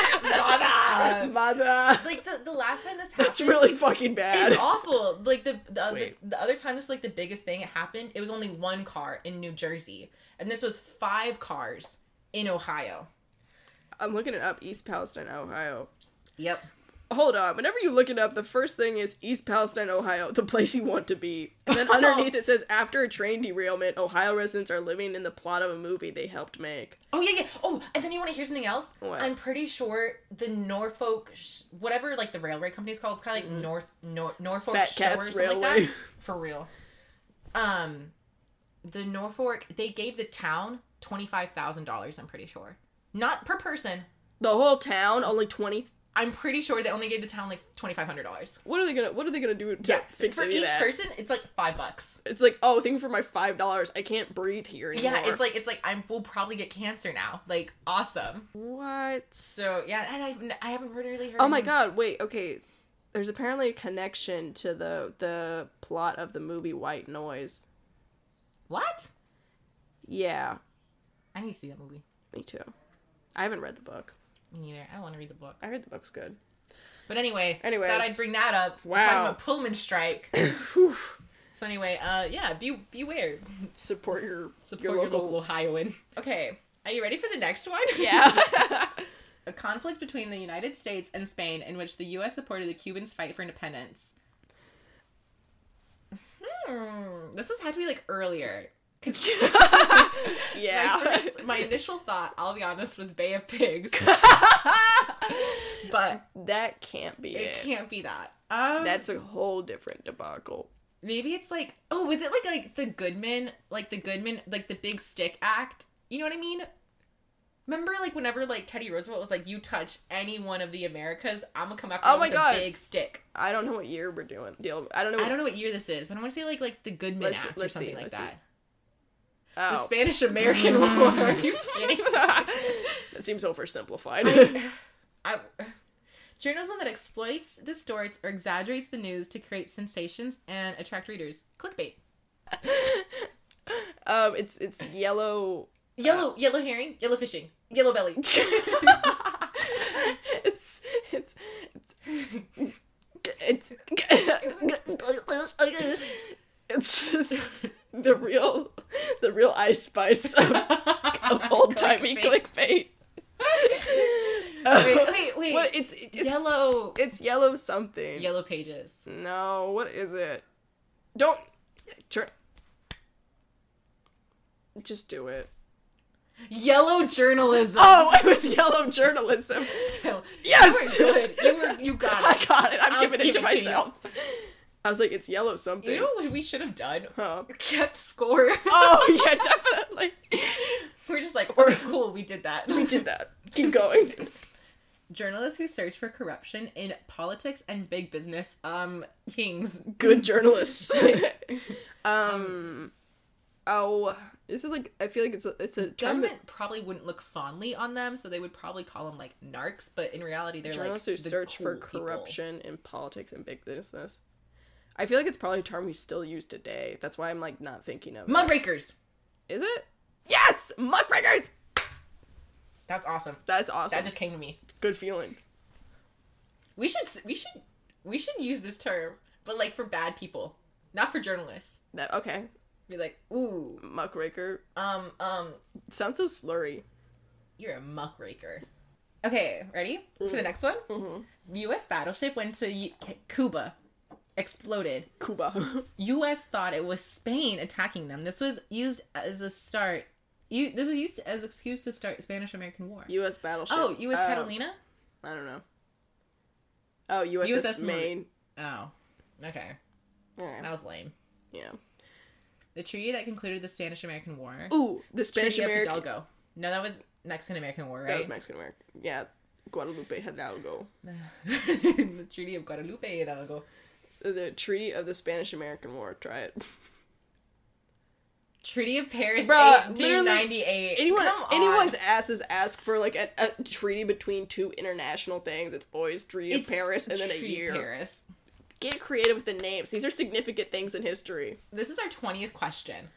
Speaker 1: Mother.
Speaker 2: Mother,
Speaker 1: like the, the last time this happened,
Speaker 2: that's really fucking bad.
Speaker 1: It's awful. Like the the, other
Speaker 2: Wait.
Speaker 1: the other time, this was like the biggest thing that happened. It was only one car in New Jersey, and this was five cars in Ohio.
Speaker 2: I'm looking it up. East Palestine, Ohio.
Speaker 1: Yep.
Speaker 2: Hold on. Whenever you look it up, the first thing is East Palestine, Ohio, the place you want to be. And then underneath it says, after a train derailment, Ohio residents are living in the plot of a movie they helped make.
Speaker 1: Oh yeah, yeah. Oh, and then you want to hear something else?
Speaker 2: What?
Speaker 1: I'm pretty sure the Norfolk, sh- whatever like the railway company is called, it's kind of like North Nor- Norfolk
Speaker 2: Mm-hmm. Fat
Speaker 1: Shore
Speaker 2: Cats
Speaker 1: or something like
Speaker 2: Railway.
Speaker 1: that. For real. Um, the Norfolk they gave the town twenty five thousand dollars. I'm pretty sure, not per person.
Speaker 2: The whole town, only twenty.
Speaker 1: I'm pretty sure they only gave the town like twenty five hundred dollars.
Speaker 2: What are they gonna? What are they gonna do to
Speaker 1: yeah,
Speaker 2: fix
Speaker 1: for
Speaker 2: any of
Speaker 1: each
Speaker 2: that?
Speaker 1: person, it's like five bucks.
Speaker 2: It's like, oh, thank you for my five dollars. I can't breathe here anymore.
Speaker 1: Yeah, it's like it's like I'm will probably get cancer now. Like awesome.
Speaker 2: what?
Speaker 1: So yeah, and I've n- I haven't really heard.
Speaker 2: Oh my
Speaker 1: anything-
Speaker 2: god! Wait, okay. There's apparently a connection to the the plot of the movie White Noise.
Speaker 1: What?
Speaker 2: Yeah,
Speaker 1: I need to see that movie.
Speaker 2: me too. I haven't read the book.
Speaker 1: Me neither. I don't want to read the book.
Speaker 2: I heard the book's good.
Speaker 1: But anyway,
Speaker 2: Anyways.
Speaker 1: thought I'd bring that up. We're
Speaker 2: Wow.
Speaker 1: talking about Pullman strike.
Speaker 2: Whew.
Speaker 1: so anyway, uh, yeah, be beware.
Speaker 2: Support your
Speaker 1: Support your local, Ohioan. Okay, are you ready for the next one?
Speaker 2: Yeah.
Speaker 1: A conflict between the United States and Spain in which the U.S. supported the Cubans' fight for independence. Hmm. This has had to be like earlier. Because
Speaker 2: yeah.
Speaker 1: my, first, my initial thought, I'll be honest, was Bay of Pigs. but
Speaker 2: that can't be
Speaker 1: it
Speaker 2: it.
Speaker 1: can't be that. Um,
Speaker 2: That's a whole different debacle.
Speaker 1: maybe it's like oh was it like like the goodman like the goodman like the big stick act you know what i mean remember like whenever like teddy roosevelt was like you touch any one of the americas i'm gonna come after
Speaker 2: Oh
Speaker 1: you
Speaker 2: my
Speaker 1: with
Speaker 2: God.
Speaker 1: a big stick
Speaker 2: I don't know what year we're doing. Deal. I don't know. What,
Speaker 1: i don't know what year this is but i want to say like like the goodman
Speaker 2: Let's-
Speaker 1: act or
Speaker 2: let's see,
Speaker 1: something like
Speaker 2: let's see.
Speaker 1: that
Speaker 2: Oh.
Speaker 1: the spanish american war are you kidding
Speaker 2: that seems oversimplified.
Speaker 1: I, journalism that exploits distorts or exaggerates the news to create sensations and attract readers clickbait
Speaker 2: um, it's it's yellow.
Speaker 1: yellow yellow herring yellow fishing yellow belly
Speaker 2: it's it's it's it's, it's the real the real ice spice of, of old timey clickbait.
Speaker 1: Wait, wait, wait.
Speaker 2: What it's, it's
Speaker 1: yellow
Speaker 2: It's yellow something.
Speaker 1: yellow pages.
Speaker 2: No, what is it? Don't turn. Just do it.
Speaker 1: Yellow journalism.
Speaker 2: Oh, it was yellow journalism. Yes,
Speaker 1: You were good. You were you got it.
Speaker 2: I got it. I'm
Speaker 1: I'll
Speaker 2: giving it
Speaker 1: give
Speaker 2: to
Speaker 1: it to you.
Speaker 2: myself. I was like, it's yellow something.
Speaker 1: You know what we should have done?
Speaker 2: Huh.
Speaker 1: Kept score.
Speaker 2: Oh yeah, definitely.
Speaker 1: We're just like, okay, cool, we did that.
Speaker 2: We did that. Keep going.
Speaker 1: Journalists who search for corruption in politics and big business, um, kings.
Speaker 2: Good journalists. um. Oh, this is like I feel like it's a, it's a term that
Speaker 1: Government probably wouldn't look fondly on them, so they would probably call them like narcs. But in reality, they're
Speaker 2: journalists
Speaker 1: like
Speaker 2: who
Speaker 1: the
Speaker 2: search for
Speaker 1: cool people.
Speaker 2: corruption in politics and big business. I feel like it's probably a term we still use today. That's why I'm like not thinking of. it.
Speaker 1: Muckrakers.
Speaker 2: Is it? Yes, muckrakers.
Speaker 1: That's awesome.
Speaker 2: That's awesome.
Speaker 1: That just came to me.
Speaker 2: good feeling.
Speaker 1: We should we should we should use this term, but like for bad people, not for journalists.
Speaker 2: That okay.
Speaker 1: Be like, ooh,
Speaker 2: Muckraker
Speaker 1: um, um,
Speaker 2: sounds so slurry.
Speaker 1: you're a muckraker. Okay, ready for the next one? U.S. battleship went to U- K- Cuba, exploded.
Speaker 2: Cuba.
Speaker 1: U.S. thought it was Spain attacking them. This was used as a start. You, this was used as excuse to start Spanish-American War.
Speaker 2: U.S. battleship.
Speaker 1: oh, U.S.
Speaker 2: Um,
Speaker 1: Catalina.
Speaker 2: I don't know. Oh, USS,
Speaker 1: USS
Speaker 2: Maine.
Speaker 1: Oh, okay,
Speaker 2: Alright.
Speaker 1: Oh. that was lame.
Speaker 2: Yeah.
Speaker 1: The treaty that concluded the Spanish American War.
Speaker 2: Ooh, the Spanish
Speaker 1: treaty
Speaker 2: American.
Speaker 1: of Hidalgo. No, that was Mexican American War,
Speaker 2: That
Speaker 1: right?
Speaker 2: was Mexican American. Yeah, Guadalupe Hidalgo.
Speaker 1: the Treaty of Guadalupe Hidalgo.
Speaker 2: The Treaty of the Spanish American War. Try it.
Speaker 1: Treaty of Paris,
Speaker 2: Bruh,
Speaker 1: eighteen ninety eight.
Speaker 2: Anyone,
Speaker 1: Come on.
Speaker 2: anyone's asses ask for like a, a treaty between two international things. It's always Treaty of
Speaker 1: It's
Speaker 2: Paris and then a
Speaker 1: Treaty of
Speaker 2: year.
Speaker 1: Paris.
Speaker 2: Get creative with the names. These are significant things in history.
Speaker 1: This is our twentieth question.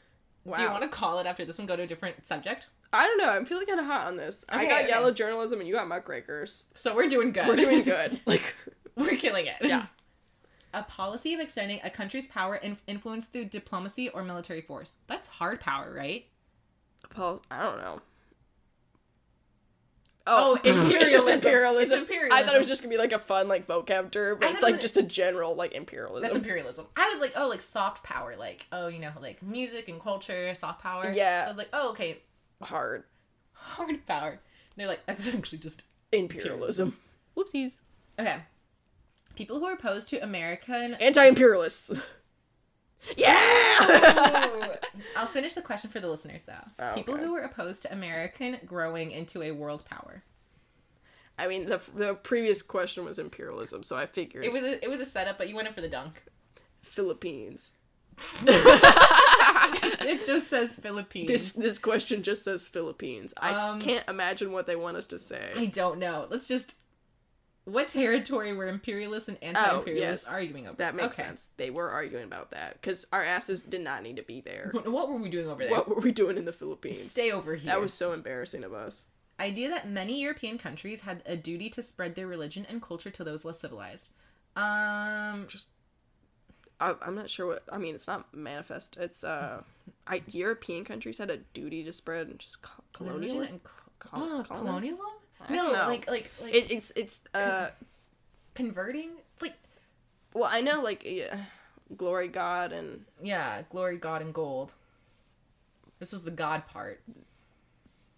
Speaker 2: Wow.
Speaker 1: Do you want to call it after this one? Go to a different subject.
Speaker 2: I don't know. I'm feeling kind of hot on this. I
Speaker 1: Okay,
Speaker 2: got
Speaker 1: okay.
Speaker 2: yellow journalism and you got muckrakers.
Speaker 1: So we're doing good.
Speaker 2: We're doing good. Like,
Speaker 1: We're killing it.
Speaker 2: Yeah.
Speaker 1: A policy of extending a country's power and influence through diplomacy or military force. That's hard power, right?
Speaker 2: Paul, I don't know.
Speaker 1: Oh,
Speaker 2: It's just
Speaker 1: imperialism. It's
Speaker 2: imperialism. I thought it
Speaker 1: imperialism.
Speaker 2: was just gonna be like a fun like vocab term, but
Speaker 1: I
Speaker 2: it's
Speaker 1: thought it was-
Speaker 2: like just a general like imperialism.
Speaker 1: That's imperialism. I was like, oh, like soft power, like oh, you know, like music and culture, soft power.
Speaker 2: Yeah.
Speaker 1: So I was like, oh, okay,
Speaker 2: Hard
Speaker 1: hard power. And they're like, that's actually just
Speaker 2: imperialism. Whoopsies.
Speaker 1: okay. People who are opposed to American.
Speaker 2: Anti-imperialists. yeah.
Speaker 1: I'll finish the question for the listeners though.
Speaker 2: Oh,
Speaker 1: People
Speaker 2: okay.
Speaker 1: who were opposed to American growing into a world power.
Speaker 2: I mean, the the previous question was imperialism, so I figured
Speaker 1: It was a, it was a setup, but you went in for the dunk.
Speaker 2: Philippines.
Speaker 1: It just says Philippines.
Speaker 2: This this question just says Philippines. I
Speaker 1: Um,
Speaker 2: can't imagine what they want us to say.
Speaker 1: I don't know. Let's just. What territory were imperialists and anti-imperialists
Speaker 2: Oh, yes.
Speaker 1: arguing over?
Speaker 2: that makes
Speaker 1: Okay.
Speaker 2: sense. They were arguing about that because our asses did not need to be there.
Speaker 1: What what were we doing over there?
Speaker 2: What were we doing in the Philippines?
Speaker 1: Stay over here.
Speaker 2: That was so embarrassing of us.
Speaker 1: idea that many European countries had a duty to spread their religion and culture to those less civilized. Um,
Speaker 2: I, I'm not sure what I mean. It's not manifest. It's uh, I, European countries had a duty to spread and just co-
Speaker 1: religion
Speaker 2: colonialism.
Speaker 1: and co-
Speaker 2: Col-
Speaker 1: uh,
Speaker 2: colonies?
Speaker 1: colonialism?
Speaker 2: I
Speaker 1: No,
Speaker 2: don't know.
Speaker 1: like like like
Speaker 2: It, it's it's uh,
Speaker 1: converting. It's like
Speaker 2: well, I know like yeah, glory God and
Speaker 1: yeah, glory, God, and gold. This was the God part.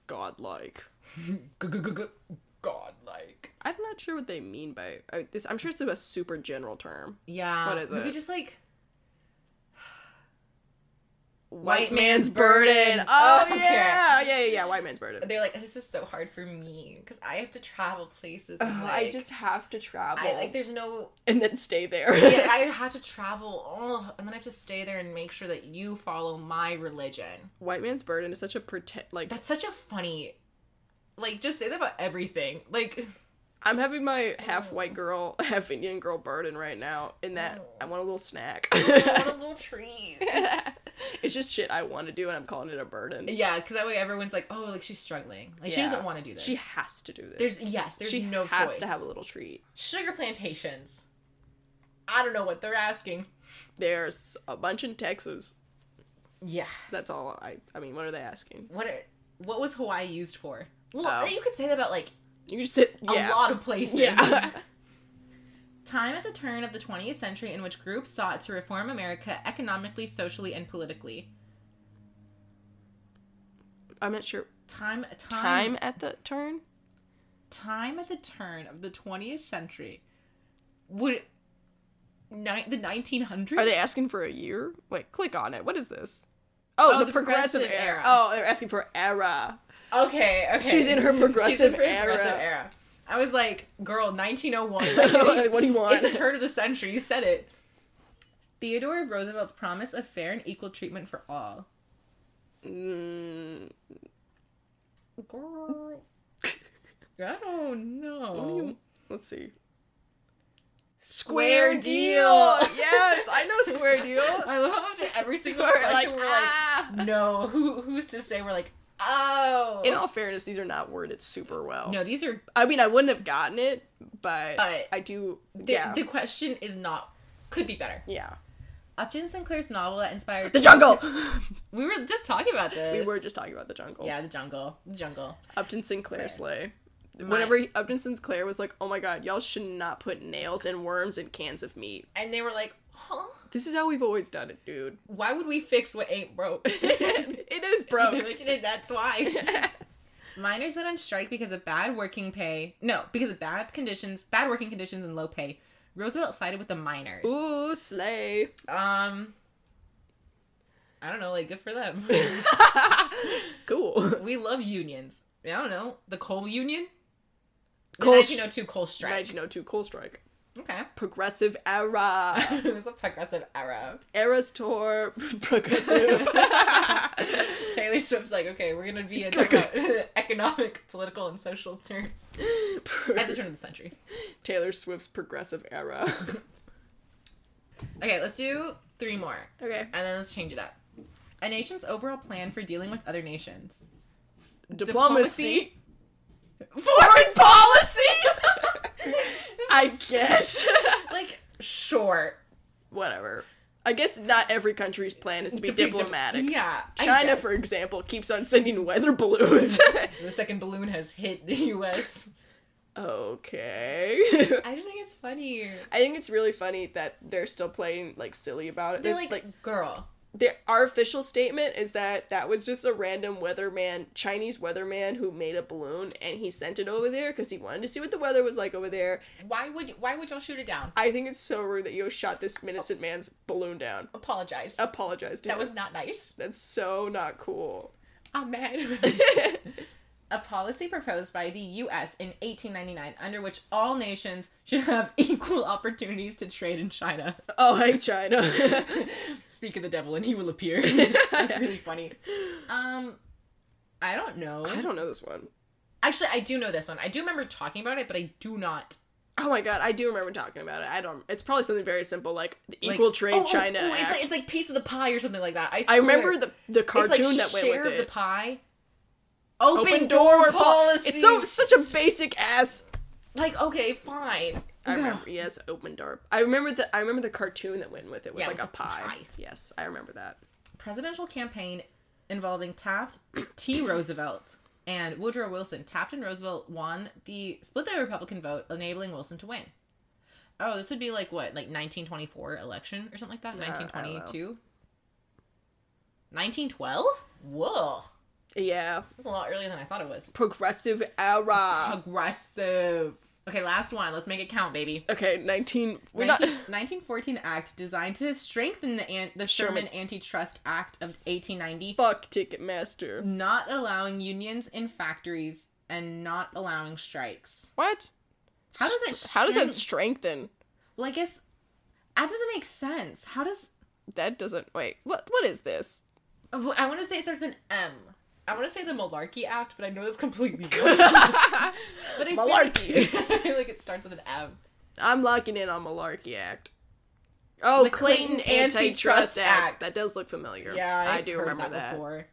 Speaker 2: God like.
Speaker 1: God like.
Speaker 2: I'm not sure what they mean by I, this. I'm sure it's a super general term.
Speaker 1: Yeah.
Speaker 2: What is
Speaker 1: maybe
Speaker 2: it?
Speaker 1: just like
Speaker 2: White
Speaker 1: man's burden.
Speaker 2: Oh
Speaker 1: Okay.
Speaker 2: yeah, yeah, yeah, yeah. White man's burden.
Speaker 1: they're like this is so hard for me because I have to travel places.
Speaker 2: Ugh,
Speaker 1: and,
Speaker 2: I
Speaker 1: like,
Speaker 2: just have to travel
Speaker 1: I like there's no
Speaker 2: and then stay there.
Speaker 1: yeah, I have to travel, oh, and then I have to stay there and make sure that you follow my religion.
Speaker 2: White man's burden is such a pretend. Like
Speaker 1: That's such a funny, like, just say that about everything. Like,
Speaker 2: I'm having my half white girl, half Indian girl burden right now. In that
Speaker 1: Oh.
Speaker 2: I want a little snack.
Speaker 1: I want a little treat.
Speaker 2: it's just shit I want to do, and I'm calling it a burden.
Speaker 1: Yeah, because that way everyone's like, oh, like she's struggling. Like she
Speaker 2: Yeah.
Speaker 1: doesn't want to do this.
Speaker 2: She has to do this.
Speaker 1: there's yes, there's
Speaker 2: she
Speaker 1: no
Speaker 2: has
Speaker 1: choice.
Speaker 2: to have a little treat.
Speaker 1: Sugar plantations. I don't know what they're asking.
Speaker 2: There's a bunch in Texas.
Speaker 1: Yeah.
Speaker 2: That's all I. I mean, what are they asking?
Speaker 1: What are, what was Hawaii used for? Well,
Speaker 2: Oh.
Speaker 1: you could say that about like
Speaker 2: You just sit. Yeah.
Speaker 1: a lot of places.
Speaker 2: Yeah.
Speaker 1: Time at the turn of the 20th century in which groups sought to reform America economically, socially, and politically.
Speaker 2: I'm not sure.
Speaker 1: Time, time,
Speaker 2: Time at the turn.
Speaker 1: time at the turn of the 20th century. Would ni- the 1900s?
Speaker 2: Are they asking for a year? Wait, click on it. What is this? Oh,
Speaker 1: Oh,
Speaker 2: the,
Speaker 1: the
Speaker 2: progressive,
Speaker 1: progressive
Speaker 2: era.
Speaker 1: era.
Speaker 2: Oh, they're asking for era.
Speaker 1: Okay, okay.
Speaker 2: She's in her
Speaker 1: She's in
Speaker 2: progressive
Speaker 1: her progressive
Speaker 2: era.
Speaker 1: era. I was like, girl, 1901.
Speaker 2: Like, what do you want?
Speaker 1: It's the turn of the century. You said it. Theodore Roosevelt's promise of fair and equal treatment for all.
Speaker 2: Mm,
Speaker 1: Girl. I don't know.
Speaker 2: what do you- let's see.
Speaker 1: Oh. Square deal.
Speaker 2: yes, I know square deal.
Speaker 1: I love how after every single
Speaker 2: We're
Speaker 1: question
Speaker 2: like,
Speaker 1: we're
Speaker 2: ah.
Speaker 1: like, no, who who's to say? We're like, oh.
Speaker 2: In all fairness, these are not worded super well.
Speaker 1: no, these are.
Speaker 2: I mean, I wouldn't have gotten it, but,
Speaker 1: But-
Speaker 2: I do.
Speaker 1: The,
Speaker 2: yeah,
Speaker 1: the question is not. Could be better.
Speaker 2: yeah.
Speaker 1: Upton Sinclair's novel that inspired
Speaker 2: The jungle.
Speaker 1: We were just talking about
Speaker 2: we
Speaker 1: this.
Speaker 2: were just talking about the jungle.
Speaker 1: Yeah, the jungle. The jungle.
Speaker 2: Upton Sinclair Slay.
Speaker 1: My-
Speaker 2: Whenever he- Upton Sinclair was like, "Oh my God, y'all should not put nails and worms in cans of meat."
Speaker 1: And they were like, huh?
Speaker 2: This is how we've always done it, dude.
Speaker 1: Why would we fix what ain't broke?
Speaker 2: it is broke.
Speaker 1: Like, That's why. Miners went on strike because of bad working pay. No, because of bad conditions, bad working conditions, and low pay. Roosevelt sided with the miners.
Speaker 2: Ooh, Slay.
Speaker 1: Um, I don't know, like good for them.
Speaker 2: cool.
Speaker 1: we love unions. I don't know. The coal union?
Speaker 2: Coal
Speaker 1: the
Speaker 2: sh-
Speaker 1: 1902 coal strike.
Speaker 2: 1902 coal strike.
Speaker 1: Okay.
Speaker 2: Progressive era.
Speaker 1: it was a progressive era.
Speaker 2: Eras tour. Progressive.
Speaker 1: Taylor Swift's like, okay, we're gonna be a different economic, political, and social terms at the turn of the century.
Speaker 2: Taylor Swift's progressive era.
Speaker 1: Okay, let's do three more,
Speaker 2: Okay.
Speaker 1: and then let's change it up. A nation's overall plan for dealing with other nations.
Speaker 2: Diplomacy.
Speaker 1: Foreign policy.
Speaker 2: I guess.
Speaker 1: like, sure.
Speaker 2: Whatever. I guess not every country's plan is to be
Speaker 1: To be dip-
Speaker 2: diplomatic.
Speaker 1: yeah. I
Speaker 2: China,
Speaker 1: guess.
Speaker 2: for example, keeps on sending weather balloons.
Speaker 1: The second balloon has hit the U.S.
Speaker 2: okay.
Speaker 1: I just think it's funny.
Speaker 2: I think it's really funny that they're still playing like silly about it.
Speaker 1: They're like, girl.
Speaker 2: their, our official statement is that that was just a random weatherman, Chinese weatherman, who made a balloon and he sent it over there because he wanted to see what the weather was like over there.
Speaker 1: Why would why would y'all shoot it down?
Speaker 2: I think it's so rude that you shot this innocent man's balloon down.
Speaker 1: Apologize.
Speaker 2: Oh, Apologize to
Speaker 1: that
Speaker 2: him.
Speaker 1: was not nice.
Speaker 2: That's so not cool.
Speaker 1: I'm mad. a policy proposed by the U.S. in 1899, under which all nations should have equal opportunities to trade in China.
Speaker 2: oh, hey, China.
Speaker 1: Speak of the devil, and he will appear. That's really funny. Um, I don't know.
Speaker 2: I don't know this one.
Speaker 1: Actually, I do know this one. I do remember talking about it, but I do not.
Speaker 2: Oh my god, I do remember talking about it. I don't. It's probably something very simple like the
Speaker 1: like-
Speaker 2: Equal Trade
Speaker 1: Oh, oh,
Speaker 2: China
Speaker 1: oh, it's
Speaker 2: Act.
Speaker 1: like it's like piece of the pie or something like that. I,
Speaker 2: I
Speaker 1: swear.
Speaker 2: remember the the
Speaker 1: It's like
Speaker 2: cartoon that went
Speaker 1: share
Speaker 2: with
Speaker 1: of
Speaker 2: it.
Speaker 1: the pie. Open,
Speaker 2: Open
Speaker 1: door,
Speaker 2: door pol-
Speaker 1: policy.
Speaker 2: It's so such a basic ass.
Speaker 1: like okay, fine.
Speaker 2: I remember. Yes, open door. I remember the I remember the cartoon that went with it was
Speaker 1: Yeah,
Speaker 2: like
Speaker 1: with
Speaker 2: a
Speaker 1: the
Speaker 2: pie.
Speaker 1: pie.
Speaker 2: Yes, I remember that.
Speaker 1: presidential campaign involving Taft, T. Roosevelt, and Woodrow Wilson. Taft and Roosevelt won the split the Republican vote, enabling Wilson to win. Oh, this would be like what, like 1924 election or something like that?
Speaker 2: I don't know.
Speaker 1: 1922? 1912? Whoa.
Speaker 2: Yeah,
Speaker 1: That's a lot earlier than I thought it was.
Speaker 2: progressive era.
Speaker 1: Progressive. Okay, last one. Let's make it count, baby.
Speaker 2: Okay, nineteen. We're
Speaker 1: 19,
Speaker 2: not.
Speaker 1: 1914 Act designed to strengthen the, an- the
Speaker 2: Sherman.
Speaker 1: Sherman Antitrust Act of 1890
Speaker 2: Fuck Ticketmaster.
Speaker 1: not allowing unions in factories and not allowing strikes.
Speaker 2: What?
Speaker 1: How does it?
Speaker 2: How does that
Speaker 1: strength-
Speaker 2: strengthen?
Speaker 1: Well, I guess that doesn't make sense. How does?
Speaker 2: That doesn't. Wait. What? What is this?
Speaker 1: oh, I want to say it starts with an M. I want to say the Malarkey Act, but I know that's completely wrong.
Speaker 2: I'm
Speaker 1: but I feel
Speaker 2: Malarkey.
Speaker 1: Like, I feel like it starts with an M.
Speaker 2: locking in on Malarkey Act. Oh,
Speaker 1: The
Speaker 2: Clayton,
Speaker 1: Clinton
Speaker 2: Antitrust
Speaker 1: Antitrust
Speaker 2: Act.
Speaker 1: Act.
Speaker 2: That does look familiar.
Speaker 1: Yeah,
Speaker 2: I
Speaker 1: I've
Speaker 2: do
Speaker 1: heard
Speaker 2: remember that.
Speaker 1: before.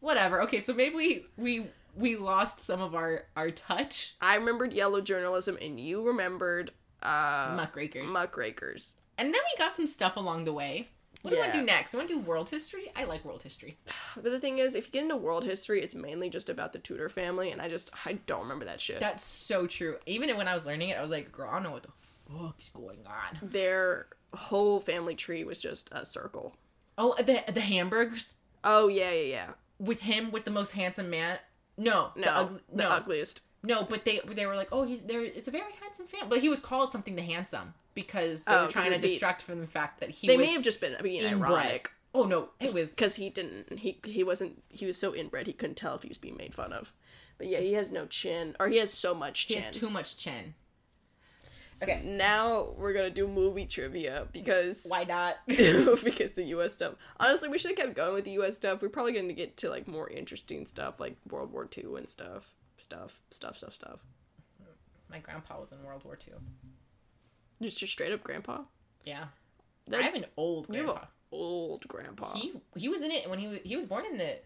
Speaker 1: Whatever. Okay, so maybe we we we lost some of our our touch.
Speaker 2: I remembered yellow journalism, and you remembered uh,
Speaker 1: Muckrakers.
Speaker 2: muckrakers.
Speaker 1: and then we got some stuff along the way. What do we want to
Speaker 2: Yeah.
Speaker 1: do next? Do we want to do world history? I like world history.
Speaker 2: But the thing is, if you get into world history, it's mainly just about the Tudor family, and I just I don't remember that shit.
Speaker 1: That's so true. Even when I was learning it, I was like, girl, I don't know what the fuck's going on.
Speaker 2: Their whole family tree was just a circle.
Speaker 1: Oh, the the hamburgers
Speaker 2: Oh yeah, yeah, yeah.
Speaker 1: with him with the most handsome man. No,
Speaker 2: No,
Speaker 1: the ugly,
Speaker 2: the
Speaker 1: no,
Speaker 2: ugliest.
Speaker 1: no. But they they were like, oh, he's there. It's a very handsome fan, but he was called something the handsome because they
Speaker 2: Oh,
Speaker 1: were
Speaker 2: 'cause
Speaker 1: trying to
Speaker 2: it'd be-
Speaker 1: distract from the fact that he
Speaker 2: They
Speaker 1: was
Speaker 2: may have just been being
Speaker 1: inbred.
Speaker 2: ironic
Speaker 1: Oh no, it was
Speaker 2: because he didn't. He he wasn't. He was so inbred he couldn't tell if he was being made fun of. But yeah, he has no chin, or he has so much
Speaker 1: he
Speaker 2: chin.
Speaker 1: has too much chin.
Speaker 2: okay, now we're gonna do movie trivia because
Speaker 1: Why not?
Speaker 2: because the U.S. stuff. Honestly, we should have kept going with the U.S. stuff. We're probably going to get to like more interesting stuff, like World War II and stuff, stuff, stuff, stuff, stuff.
Speaker 1: My grandpa was in World War II.
Speaker 2: Just your straight up grandpa.
Speaker 1: Yeah, I
Speaker 2: That's
Speaker 1: have an old
Speaker 2: you have a
Speaker 1: grandpa.
Speaker 2: old grandpa.
Speaker 1: He he was in it when he was he was born in the.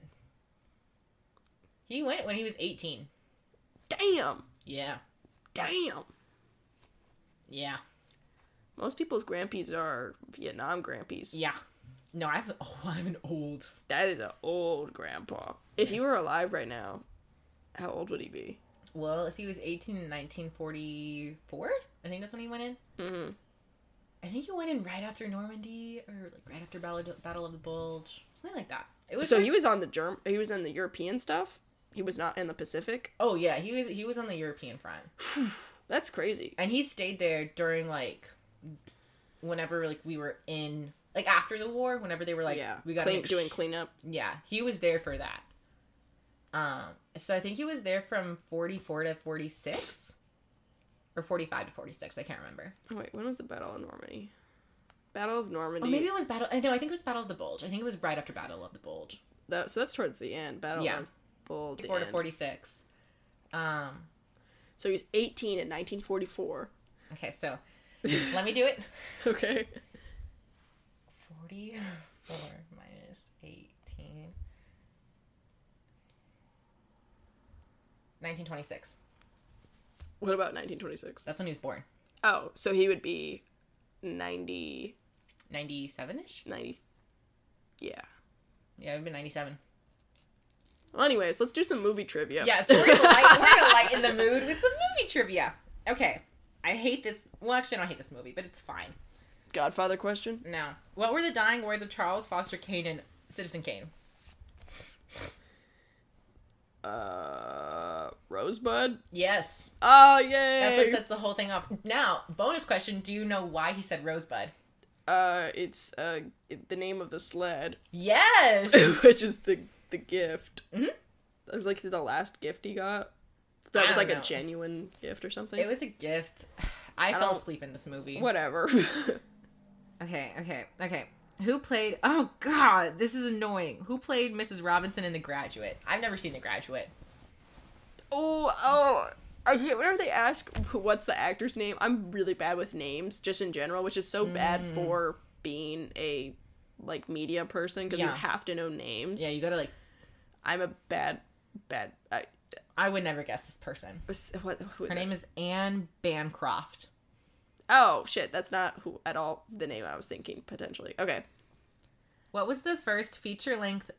Speaker 1: He went when he was eighteen.
Speaker 2: Damn,
Speaker 1: Yeah.
Speaker 2: damn.
Speaker 1: Yeah.
Speaker 2: Most people's grandpies are Vietnam grandpies.
Speaker 1: Yeah. No, I have oh, I have an old.
Speaker 2: That is an old grandpa. If you were alive right now, how old would he be?
Speaker 1: Well, if he was 18 in 1944, I think that's when he went in. Mm-hmm.
Speaker 2: hmm
Speaker 1: I think he went in right after Normandy or like right after Battle, Battle of the Bulge, something like that. It was
Speaker 2: So
Speaker 1: right-
Speaker 2: he was on the germ. He was in the European stuff. He was not in the Pacific.
Speaker 1: Oh yeah, he was he was on the European front.
Speaker 2: That's crazy.
Speaker 1: And he stayed there during like whenever like we were in like after the war, whenever they were like,
Speaker 2: yeah,
Speaker 1: we got
Speaker 2: Clean- doing cleanup.
Speaker 1: Yeah, he was there for that. Um, so I think he was there from 44 to 46 or 45 to 46. I can't remember.
Speaker 2: Oh, wait, when was the Battle of Normandy? Battle of Normandy.
Speaker 1: Or maybe it was Battle. uh, No, I think it was Battle of the Bulge. I think it was right after Battle of the Bulge.
Speaker 2: that, so that's towards the end. Battle
Speaker 1: Yeah.
Speaker 2: of Bold.
Speaker 1: 44 to 46. Um,
Speaker 2: So he was 18 in 1944.
Speaker 1: okay, so let me do it.
Speaker 2: Okay.
Speaker 1: 44 minus 18. 1926.
Speaker 2: What about 1926?
Speaker 1: That's when he was born.
Speaker 2: Oh, so he would be 90,
Speaker 1: 97 ish?
Speaker 2: 90. Yeah.
Speaker 1: Yeah, it would have been 97.
Speaker 2: Well, anyways, let's do some movie trivia.
Speaker 1: Yeah, so we're gonna, light, we're gonna lighten the mood with some movie trivia. Okay, I hate this. Well, actually, I don't hate this movie, but it's fine.
Speaker 2: Godfather question.
Speaker 1: No. What were the dying words of Charles Foster Kane and Citizen Kane?
Speaker 2: Uh, Rosebud.
Speaker 1: Yes,
Speaker 2: Oh yay!
Speaker 1: that's what sets the whole thing off. Now, bonus question: Do you know why he said Rosebud?
Speaker 2: uh, it's uh the name of the sled,
Speaker 1: Yes.
Speaker 2: which is the the gift.
Speaker 1: Mhm.
Speaker 2: That was like the last gift he got.
Speaker 1: I
Speaker 2: That was
Speaker 1: don't
Speaker 2: like
Speaker 1: know.
Speaker 2: a genuine gift or something.
Speaker 1: It was a gift. I, fell
Speaker 2: don't-
Speaker 1: asleep in this movie.
Speaker 2: whatever.
Speaker 1: Okay, okay, okay. Who played? Oh God, this is annoying. Who played Mrs. Robinson in The Graduate? I've never seen The Graduate.
Speaker 2: oh oh. I hate whenever they ask what's the actor's name. I'm really bad with names, just in general, which is so bad for being a like media person because you
Speaker 1: Yeah.
Speaker 2: have to know names.
Speaker 1: Yeah, you gotta like.
Speaker 2: I'm a bad, bad. I,
Speaker 1: I would never guess this person.
Speaker 2: was- what, who is
Speaker 1: Her
Speaker 2: it?
Speaker 1: name is Anne Bancroft.
Speaker 2: Oh shit, that's not who at all the name I was thinking potentially. Okay,
Speaker 1: What was the first feature length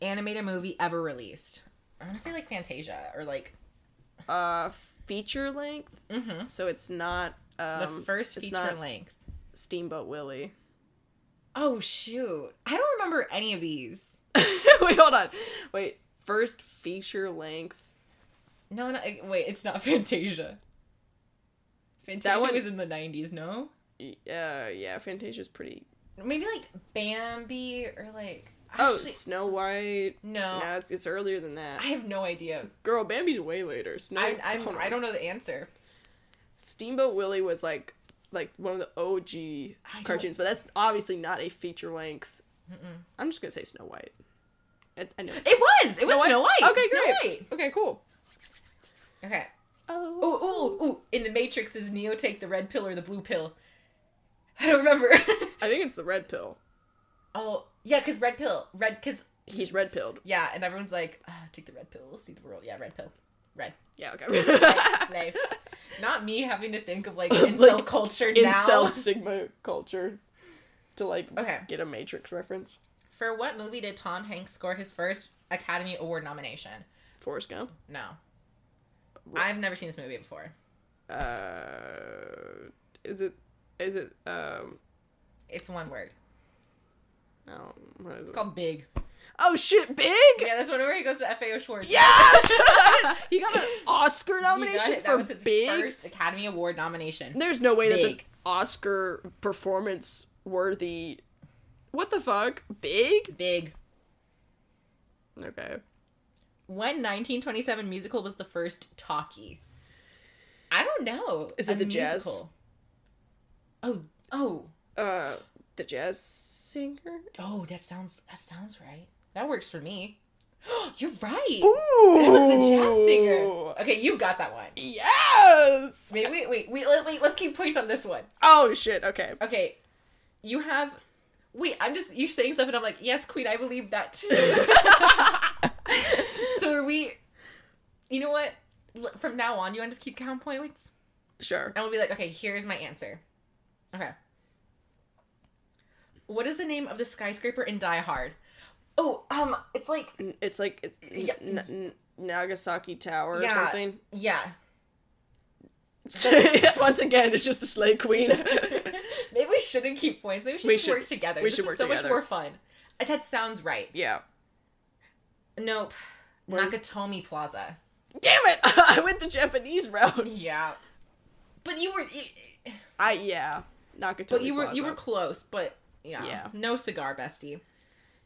Speaker 1: animated movie ever released? I want to say like Fantasia or like
Speaker 2: uh, feature length.
Speaker 1: Mhm.
Speaker 2: So it's not
Speaker 1: the
Speaker 2: um,
Speaker 1: first
Speaker 2: it's
Speaker 1: feature
Speaker 2: not-
Speaker 1: length.
Speaker 2: Steamboat Willie.
Speaker 1: Oh shoot! I don't remember any of these.
Speaker 2: Wait, hold on. Wait, first feature length.
Speaker 1: No, no. I- Wait, it's not Fantasia. Fantasia
Speaker 2: one-
Speaker 1: was in the nineties. No,
Speaker 2: Y- Uh, yeah, Fantasia's pretty.
Speaker 1: maybe like Bambi or like.
Speaker 2: Oh,
Speaker 1: Actually,
Speaker 2: Snow White.
Speaker 1: no.
Speaker 2: No, it's, it's earlier than that.
Speaker 1: I have no idea.
Speaker 2: Girl, Bambi's way later. Snow.
Speaker 1: I, I'm,
Speaker 2: hold on.
Speaker 1: I don't know the answer.
Speaker 2: Steamboat Willie was like like one of the OG
Speaker 1: I don't-
Speaker 2: cartoons, but that's obviously not a feature length. I'm just gonna say Snow White. I, I know.
Speaker 1: It was. It was Snow White.
Speaker 2: Okay,
Speaker 1: Snow
Speaker 2: great.
Speaker 1: White.
Speaker 2: Okay, cool.
Speaker 1: Okay.
Speaker 2: Oh,
Speaker 1: Ooh, ooh, ooh. In the Matrix, does Neo take the red pill or the blue pill? I don't remember.
Speaker 2: I think it's the red pill.
Speaker 1: oh, yeah, because red pill. Red, because,
Speaker 2: He's red pilled.
Speaker 1: yeah, and everyone's like, "Ah, take the red pill, we'll see the world. Yeah, red pill. Red.
Speaker 2: Yeah. Okay.
Speaker 1: Slay. slay. Not me having to think of, like, incel
Speaker 2: Like,
Speaker 1: culture now.
Speaker 2: Incel sigma culture to like
Speaker 1: Okay.
Speaker 2: get a Matrix reference.
Speaker 1: For what movie did Tom Hanks score his first Academy Award nomination?
Speaker 2: Forrest Gump.
Speaker 1: No. I've never seen this movie before.
Speaker 2: Uh, is it? Is it? Um.
Speaker 1: It's one word.
Speaker 2: Oh, what is
Speaker 1: It's
Speaker 2: it?
Speaker 1: called Big.
Speaker 2: oh shit! Big.
Speaker 1: Yeah, that's one where he goes to FAO Schwartz.
Speaker 2: Yes! he got an Oscar
Speaker 1: He got
Speaker 2: nomination
Speaker 1: it.
Speaker 2: for
Speaker 1: that was his
Speaker 2: Big.
Speaker 1: first Academy Award nomination.
Speaker 2: There's no way that's
Speaker 1: Big.
Speaker 2: an Oscar performance worthy. What the fuck? Big?
Speaker 1: Big.
Speaker 2: Okay.
Speaker 1: When 1927 musical was the first talkie? I don't know.
Speaker 2: Is it
Speaker 1: A
Speaker 2: the jazz?
Speaker 1: Oh, oh,
Speaker 2: Uh, the jazz singer.
Speaker 1: oh! That sounds that sounds right. That works for me. You're right.
Speaker 2: Ooh,
Speaker 1: That was the jazz singer. Okay, you got that one.
Speaker 2: Yes.
Speaker 1: Wait, wait, wait, wait, let- wait. Let's keep points on this one.
Speaker 2: Oh shit. Okay.
Speaker 1: Okay, you have. Wait, I'm just you're saying stuff, and I'm like, yes, Queen, I believe that too. so are we? You know what? L- From now on, you want to just keep count points,
Speaker 2: sure.
Speaker 1: and we'll be like, okay, here's my answer. Okay. What is the name of the skyscraper in Die Hard? Oh, um, it's like
Speaker 2: N- It's like it's
Speaker 1: Yeah.
Speaker 2: N- N- Nagasaki Tower
Speaker 1: Yeah.
Speaker 2: or something.
Speaker 1: yeah.
Speaker 2: Once again, it's just a slay queen.
Speaker 1: Maybe we shouldn't keep points. Maybe we should,
Speaker 2: We
Speaker 1: just
Speaker 2: should-
Speaker 1: work together.
Speaker 2: we
Speaker 1: this
Speaker 2: should
Speaker 1: is
Speaker 2: work
Speaker 1: so much
Speaker 2: together.
Speaker 1: more fun. Uh, That sounds right.
Speaker 2: yeah.
Speaker 1: Nope.
Speaker 2: Where's-
Speaker 1: Nakatomi Plaza.
Speaker 2: Damn it! I went the Japanese route.
Speaker 1: Yeah. But you were, y-
Speaker 2: I yeah. Nakatomi.
Speaker 1: but you were, you were
Speaker 2: Plaza.
Speaker 1: close. But Yeah.
Speaker 2: Yeah.
Speaker 1: No cigar, bestie.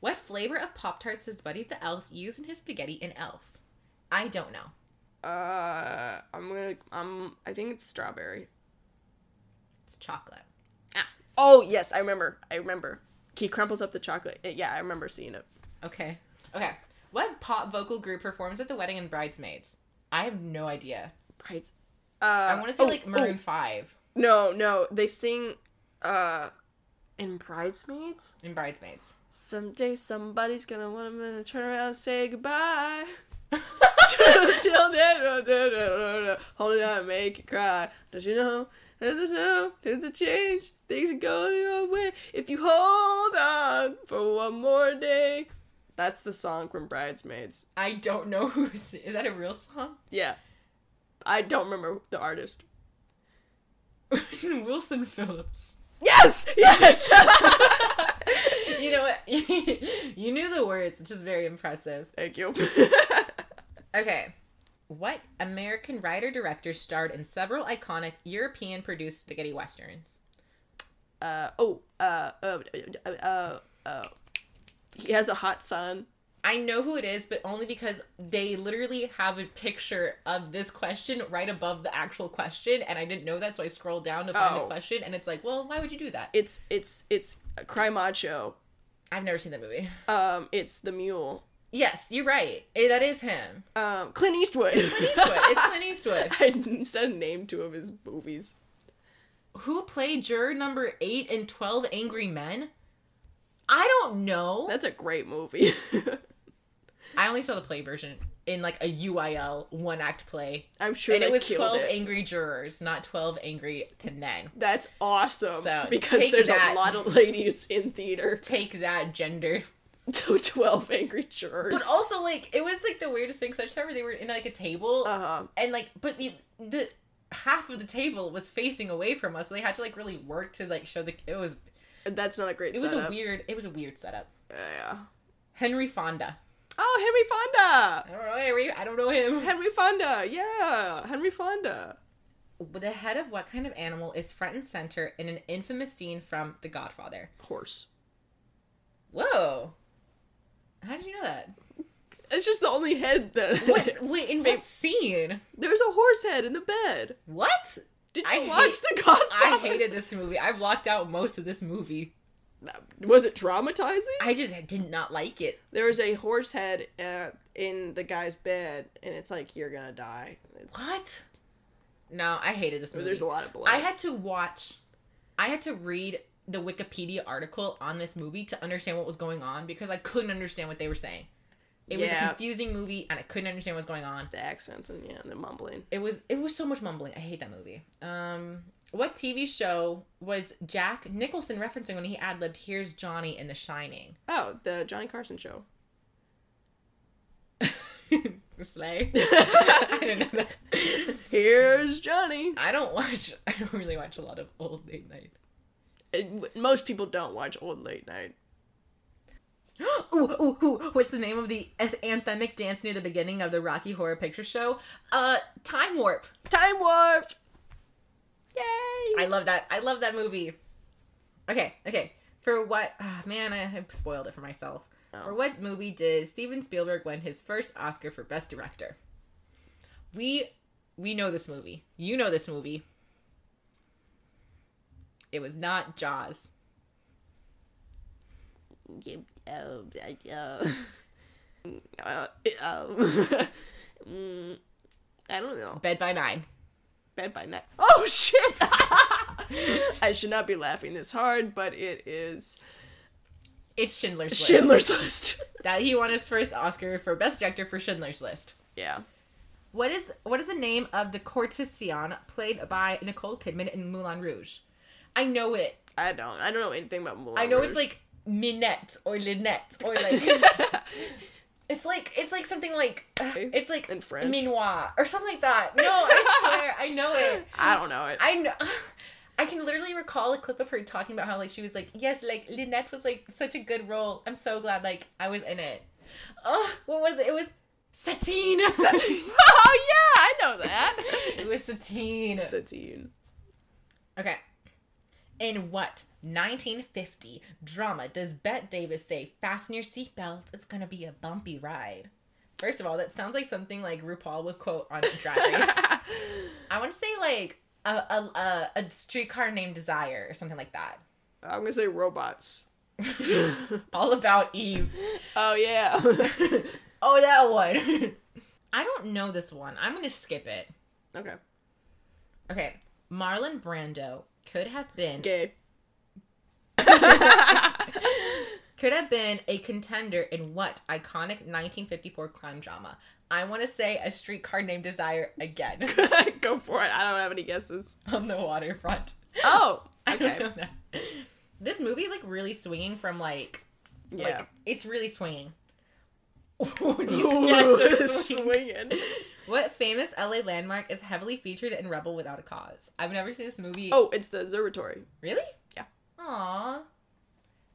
Speaker 1: What flavor of Pop Tarts does Buddy the Elf use in his spaghetti in Elf? I don't know.
Speaker 2: Uh, I'm gonna. Um, I think it's strawberry.
Speaker 1: It's chocolate.
Speaker 2: Ah. Oh yes, I remember. I remember. He crumples up the chocolate. Uh, yeah, I remember seeing it.
Speaker 1: Okay. Okay. What pop vocal group performs at the wedding and Bridesmaids? I have no idea.
Speaker 2: Right. Uh, I
Speaker 1: I want to say like Maroon 5
Speaker 2: No, no, they sing. Uh, in bridesmaids.
Speaker 1: in Bridesmaids.
Speaker 2: Someday somebody's gonna want to turn around and say goodbye. Till then, oh, da, da, da, da. hold it out and make it cry. Don't you know? There's a know, there's a change. Things are going your way if you hold on for one more day. That's the song from Bridesmaids.
Speaker 1: I don't know who's. Is that a real song?
Speaker 2: Yeah, I don't remember the artist.
Speaker 1: Wilson Phillips.
Speaker 2: Yes, yes.
Speaker 1: You know what? you knew the words, which is very impressive.
Speaker 2: Thank you.
Speaker 1: Okay. What American writer director starred in several iconic European produced spaghetti westerns?
Speaker 2: uh oh uh uh uh, uh, uh he has a hot son.
Speaker 1: I know who it is, but only because they literally have a picture of this question right above the actual question, and I didn't know that, so I scrolled down to find the
Speaker 2: Oh.
Speaker 1: question, and it's like, well, why would you do that?
Speaker 2: It's it's it's Cry Macho.
Speaker 1: I've never seen that movie.
Speaker 2: Um, it's the mule.
Speaker 1: Yes, you're right. Eh, that is him.
Speaker 2: Um, Clint Eastwood. It's
Speaker 1: Clint Eastwood. it's Clint Eastwood.
Speaker 2: I said a name to of his movies.
Speaker 1: Who played juror number eight in 12 Angry Men? I don't know.
Speaker 2: That's a great movie.
Speaker 1: I only saw the play version in like a UIL one act play.
Speaker 2: I'm sure
Speaker 1: and
Speaker 2: they
Speaker 1: it was
Speaker 2: killed
Speaker 1: 12
Speaker 2: it.
Speaker 1: angry jurors, not 12 angry men.
Speaker 2: That's awesome.
Speaker 1: So,
Speaker 2: because
Speaker 1: take
Speaker 2: there's
Speaker 1: that.
Speaker 2: a lot of ladies in theater.
Speaker 1: Take that gender.
Speaker 2: So Twelve angry jurors.
Speaker 1: But also, like, it was like the weirdest thing. 'cause I just remember they were in like a table,
Speaker 2: uh huh.
Speaker 1: and like, but the, the half of the table was facing away from us, so they had to like really work to like show the. It was
Speaker 2: That's not a great.
Speaker 1: it was
Speaker 2: setup.
Speaker 1: a weird it was a weird setup.
Speaker 2: Yeah.
Speaker 1: Henry Fonda.
Speaker 2: Oh, Henry Fonda.
Speaker 1: I don't know Henry. I don't know him.
Speaker 2: Henry Fonda. Yeah, Henry Fonda.
Speaker 1: The head of what kind of animal is front and center in an infamous scene from The Godfather?
Speaker 2: Horse.
Speaker 1: Whoa. How did you know that?
Speaker 2: It's just the only head that.
Speaker 1: What? Wait, in what scene?
Speaker 2: There's a horse head in the bed.
Speaker 1: What?
Speaker 2: Did
Speaker 1: I
Speaker 2: you watch
Speaker 1: hate-
Speaker 2: The Godfather?
Speaker 1: I hated this movie. I blocked out most of this movie.
Speaker 2: Was it traumatizing?
Speaker 1: I just did not like it.
Speaker 2: There was a horse head uh, in the guy's bed, and it's like you're gonna die.
Speaker 1: What? No, I hated this movie.
Speaker 2: There's a lot of blood.
Speaker 1: I had to watch, I had to read the Wikipedia article on this movie to understand what was going on because I couldn't understand what they were saying. It was a
Speaker 2: Yeah.
Speaker 1: confusing movie and I couldn't understand what was going on.
Speaker 2: the accents and yeah, and the mumbling.
Speaker 1: It was it was so much mumbling. I hate that movie. Um what TV show was Jack Nicholson referencing when he ad-libbed here's Johnny in The Shining?
Speaker 2: Oh, the Johnny Carson show.
Speaker 1: Slay. I didn't know that.
Speaker 2: Here's Johnny.
Speaker 1: I don't watch. I don't really watch a lot of old late night.
Speaker 2: And w- most people don't watch old late night.
Speaker 1: ooh, ooh, ooh. What's the name of the anth- anthemic dance near the beginning of the Rocky Horror Picture Show? Uh, Time Warp.
Speaker 2: Time warp. Yay!
Speaker 1: I love that. I love that movie. Okay, okay. For what? ah, man, I, I spoiled it for myself. For what movie did Steven Spielberg win his first Oscar for Best Director? We we know this movie. You know this movie. It was not Jaws.
Speaker 2: Yeah, um, I, uh, uh, um, mm, I don't know.
Speaker 1: Bed by Nine.
Speaker 2: Bed by night. Oh shit! I should not be laughing this hard, but it is
Speaker 1: It's Schindler's List.
Speaker 2: Schindler's List.
Speaker 1: that he won his first Oscar for Best Director for Schindler's List.
Speaker 2: yeah.
Speaker 1: What is what is the name of the courtesan played by Nicole Kidman in Moulin Rouge? I know it.
Speaker 2: I don't. I don't know anything about Moulin
Speaker 1: I know it's
Speaker 2: Rouge.
Speaker 1: like Minette or Lynette or like it's like it's like something like uh, it's like
Speaker 2: In French?
Speaker 1: Minois or something like that. No, I swear I know it.
Speaker 2: I don't know it.
Speaker 1: I know. I can literally recall a clip of her talking about how like she was like, yes, like Lynette was like such a good role. I'm so glad like I was in it. Oh, what was it? It was Satine. Satine.
Speaker 2: oh yeah, I know that.
Speaker 1: it was Satine.
Speaker 2: Satine.
Speaker 1: Okay. In what 1950 drama does Bette Davis say, Fasten your seatbelts, it's gonna be a bumpy ride? First of all, that sounds like something like RuPaul would quote on Drag Race. I want to say like a, a, a, a streetcar named Desire or something like that.
Speaker 2: I'm gonna say robots.
Speaker 1: All about Eve.
Speaker 2: Oh yeah.
Speaker 1: oh, that one. I don't know this one. I'm gonna skip it.
Speaker 2: okay.
Speaker 1: Okay, Marlon Brando could have been
Speaker 2: Gay.
Speaker 1: could have been a contender in what iconic 1954 crime drama? I want to say a streetcar named Desire again
Speaker 2: Go for it. I don't have any guesses.
Speaker 1: on the waterfront.
Speaker 2: Oh.
Speaker 1: I don't
Speaker 2: Okay.
Speaker 1: know that. This movie is like really swinging from like
Speaker 2: Yeah.
Speaker 1: like it's really swinging. Ooh, these cats are swinging.
Speaker 2: swinging.
Speaker 1: What famous LA landmark is heavily featured in Rebel Without a Cause? I've never seen this movie.
Speaker 2: Oh, it's the observatory.
Speaker 1: really?
Speaker 2: Yeah.
Speaker 1: Aw.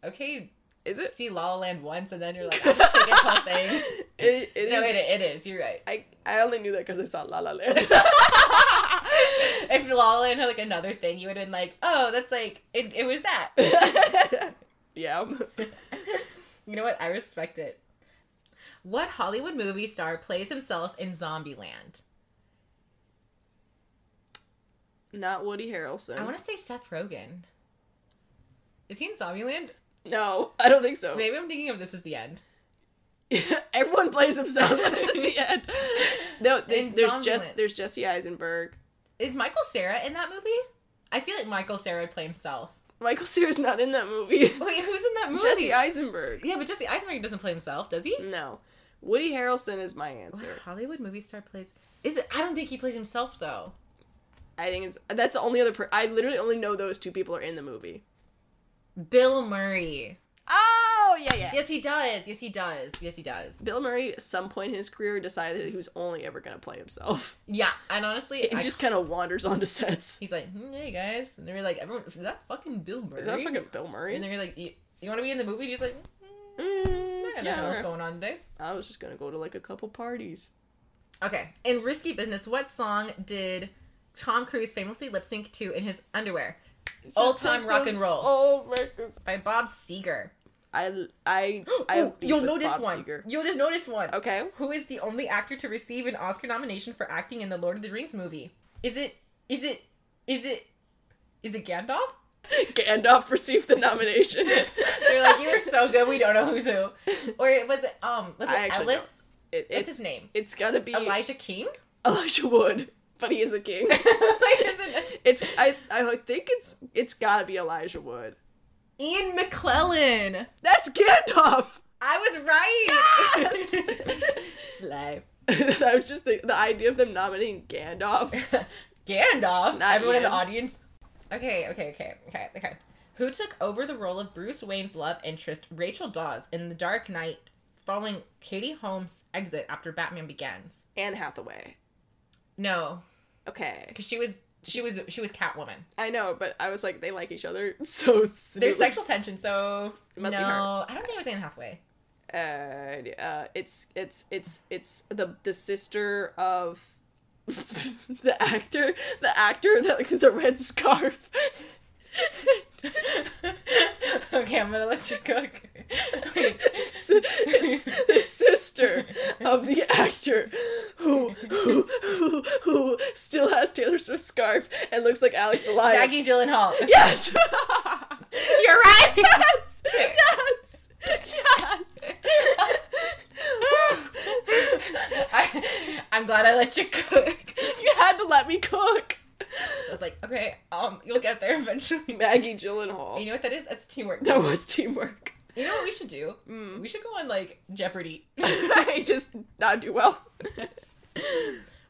Speaker 1: Okay.
Speaker 2: Is it?
Speaker 1: See La La Land once, and then you're like, I'm just taking this whole thing.
Speaker 2: It, it
Speaker 1: No,
Speaker 2: is-
Speaker 1: it, it is. You're right.
Speaker 2: I I only knew that because I saw La La Land.
Speaker 1: if La La Land had like another thing, you would have been like, oh, that's like it. It was that.
Speaker 2: yeah.
Speaker 1: You know what? I respect it. What Hollywood movie star plays himself in Zombieland?
Speaker 2: Not Woody Harrelson.
Speaker 1: I want to say Seth Rogen. Is he in Zombieland?
Speaker 2: No, I don't think so.
Speaker 1: Maybe I'm thinking of This Is the End.
Speaker 2: Everyone plays themselves. this is the end. No, there's,
Speaker 1: In
Speaker 2: there's just
Speaker 1: Zombieland.
Speaker 2: there's Jesse Eisenberg.
Speaker 1: Is Michael Sarah in that movie? I feel like Michael Sarah would play himself.
Speaker 2: Michael Cera's not in that movie.
Speaker 1: Wait, who's in that movie?
Speaker 2: Jesse Eisenberg.
Speaker 1: yeah, but Jesse Eisenberg doesn't play himself, does he?
Speaker 2: No, Woody Harrelson is my
Speaker 1: What
Speaker 2: answer.
Speaker 1: Hollywood movie star plays? Is it? I don't think he plays himself though.
Speaker 2: I think it's that's the only other. Per- I literally only know those two people are in the movie.
Speaker 1: Bill Murray.
Speaker 2: Oh yeah yeah.
Speaker 1: Yes, he does. Yes, he does. Yes, he does.
Speaker 2: Bill Murray, at some point in his career, decided he was only ever going to play himself.
Speaker 1: Yeah, and honestly,
Speaker 2: He
Speaker 1: I-
Speaker 2: just kind of wanders onto sets.
Speaker 1: he's like, "Hmm, hey guys, and they're like, everyone, is that fucking Bill Murray?
Speaker 2: Is that fucking Bill Murray?
Speaker 1: and they're like, you, you want to be in the movie? And he's like, mm,
Speaker 2: Mm,
Speaker 1: I don't know
Speaker 2: yeah,
Speaker 1: what's going on today.
Speaker 2: I was just gonna go to like a couple parties.
Speaker 1: Okay, in Risky Business, what song did Tom Cruise famously lip sync to in his underwear? All-time rock and roll.
Speaker 2: Old records.
Speaker 1: By Bob Seger.
Speaker 2: I I I.
Speaker 1: Ooh,
Speaker 2: beef
Speaker 1: you'll
Speaker 2: with
Speaker 1: notice
Speaker 2: Bob
Speaker 1: one.
Speaker 2: Seger.
Speaker 1: You'll just notice one.
Speaker 2: Okay.
Speaker 1: Who is the only actor to receive an Oscar nomination for acting in the Lord of the Rings movie? Is it? Is it? Is it? Is it Gandalf?
Speaker 2: Gandalf received the nomination.
Speaker 1: They're like, you were so good, we don't know who's who. Or was it? Um, was it
Speaker 2: I actually
Speaker 1: Ellis?
Speaker 2: It,
Speaker 1: What's
Speaker 2: it's
Speaker 1: his name?
Speaker 2: it's gotta be
Speaker 1: Elijah King.
Speaker 2: Elijah Wood, but he is a king.
Speaker 1: Like, is it-
Speaker 2: it's I I think it's it's gotta be Elijah Wood.
Speaker 1: Ian McClellan.
Speaker 2: That's Gandalf.
Speaker 1: I was right. Slay.
Speaker 2: that was just the, the idea of them nominating Gandalf.
Speaker 1: Gandalf.
Speaker 2: Not
Speaker 1: Everyone in the
Speaker 2: Ian.
Speaker 1: audience. Okay, okay, okay, okay, okay. Who took over the role of Bruce Wayne's love interest, Rachel Dawes, in The Dark Knight following Katie Holmes' exit after Batman Begins?
Speaker 2: Anne Hathaway.
Speaker 1: No,
Speaker 2: Okay,
Speaker 1: because she was she was she was Catwoman.
Speaker 2: I know, but I was like, they like each other, so
Speaker 1: There's sexual tension, so
Speaker 2: must be
Speaker 1: no, I don't think it was Anne Hathaway.
Speaker 2: uh, uh, it's it's it's it's the the sister of the actor, the actor that like, the red scarf.
Speaker 1: okay, I'm gonna let you cook.
Speaker 2: It's the sister of the actor who, who who who still has Taylor Swift's scarf and looks like Alex the Lion.
Speaker 1: Maggie Gyllenhaal.
Speaker 2: Yes.
Speaker 1: You're right.
Speaker 2: yes. Yes. Yes.
Speaker 1: I, I'm glad I let you cook.
Speaker 2: You had to let me cook.
Speaker 1: I was like, okay, um, you'll get there eventually.
Speaker 2: Maggie
Speaker 1: You
Speaker 2: Gyllenhaal.
Speaker 1: know what that is? That's teamwork.
Speaker 2: That was teamwork.
Speaker 1: You know what we should do?
Speaker 2: Mm.
Speaker 1: We should go on like Jeopardy.
Speaker 2: I just not do well.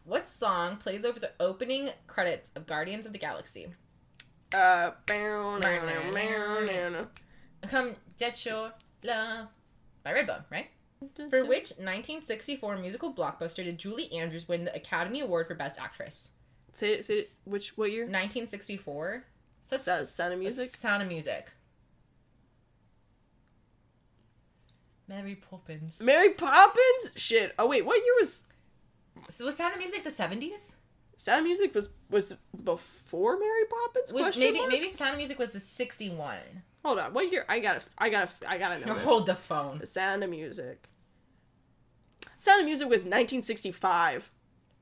Speaker 1: what song plays over the opening credits of Guardians of the Galaxy?
Speaker 2: Uh, meow, meow, meow, meow, meow,
Speaker 1: Come get your love by Redbone, right?
Speaker 2: meow.
Speaker 1: For which 1964 musical blockbuster did Julie Andrews win the Academy Award for Best Actress?
Speaker 2: Say it. Say it. Which? What year?
Speaker 1: 1964. So that's
Speaker 2: Sound, sound of Music.
Speaker 1: Sound of Music. Mary Poppins.
Speaker 2: Mary Poppins. Shit. Oh wait, what year was?
Speaker 1: So was Sound of Music the 70s?
Speaker 2: Sound of Music was was before Mary Poppins.
Speaker 1: Was
Speaker 2: question
Speaker 1: maybe
Speaker 2: mark?
Speaker 1: maybe Sound of Music was the sixty one.
Speaker 2: Hold on, what year? I gotta, I gotta, I gotta know. this.
Speaker 1: Hold the phone.
Speaker 2: The Sound of Music. Sound of Music was 1965.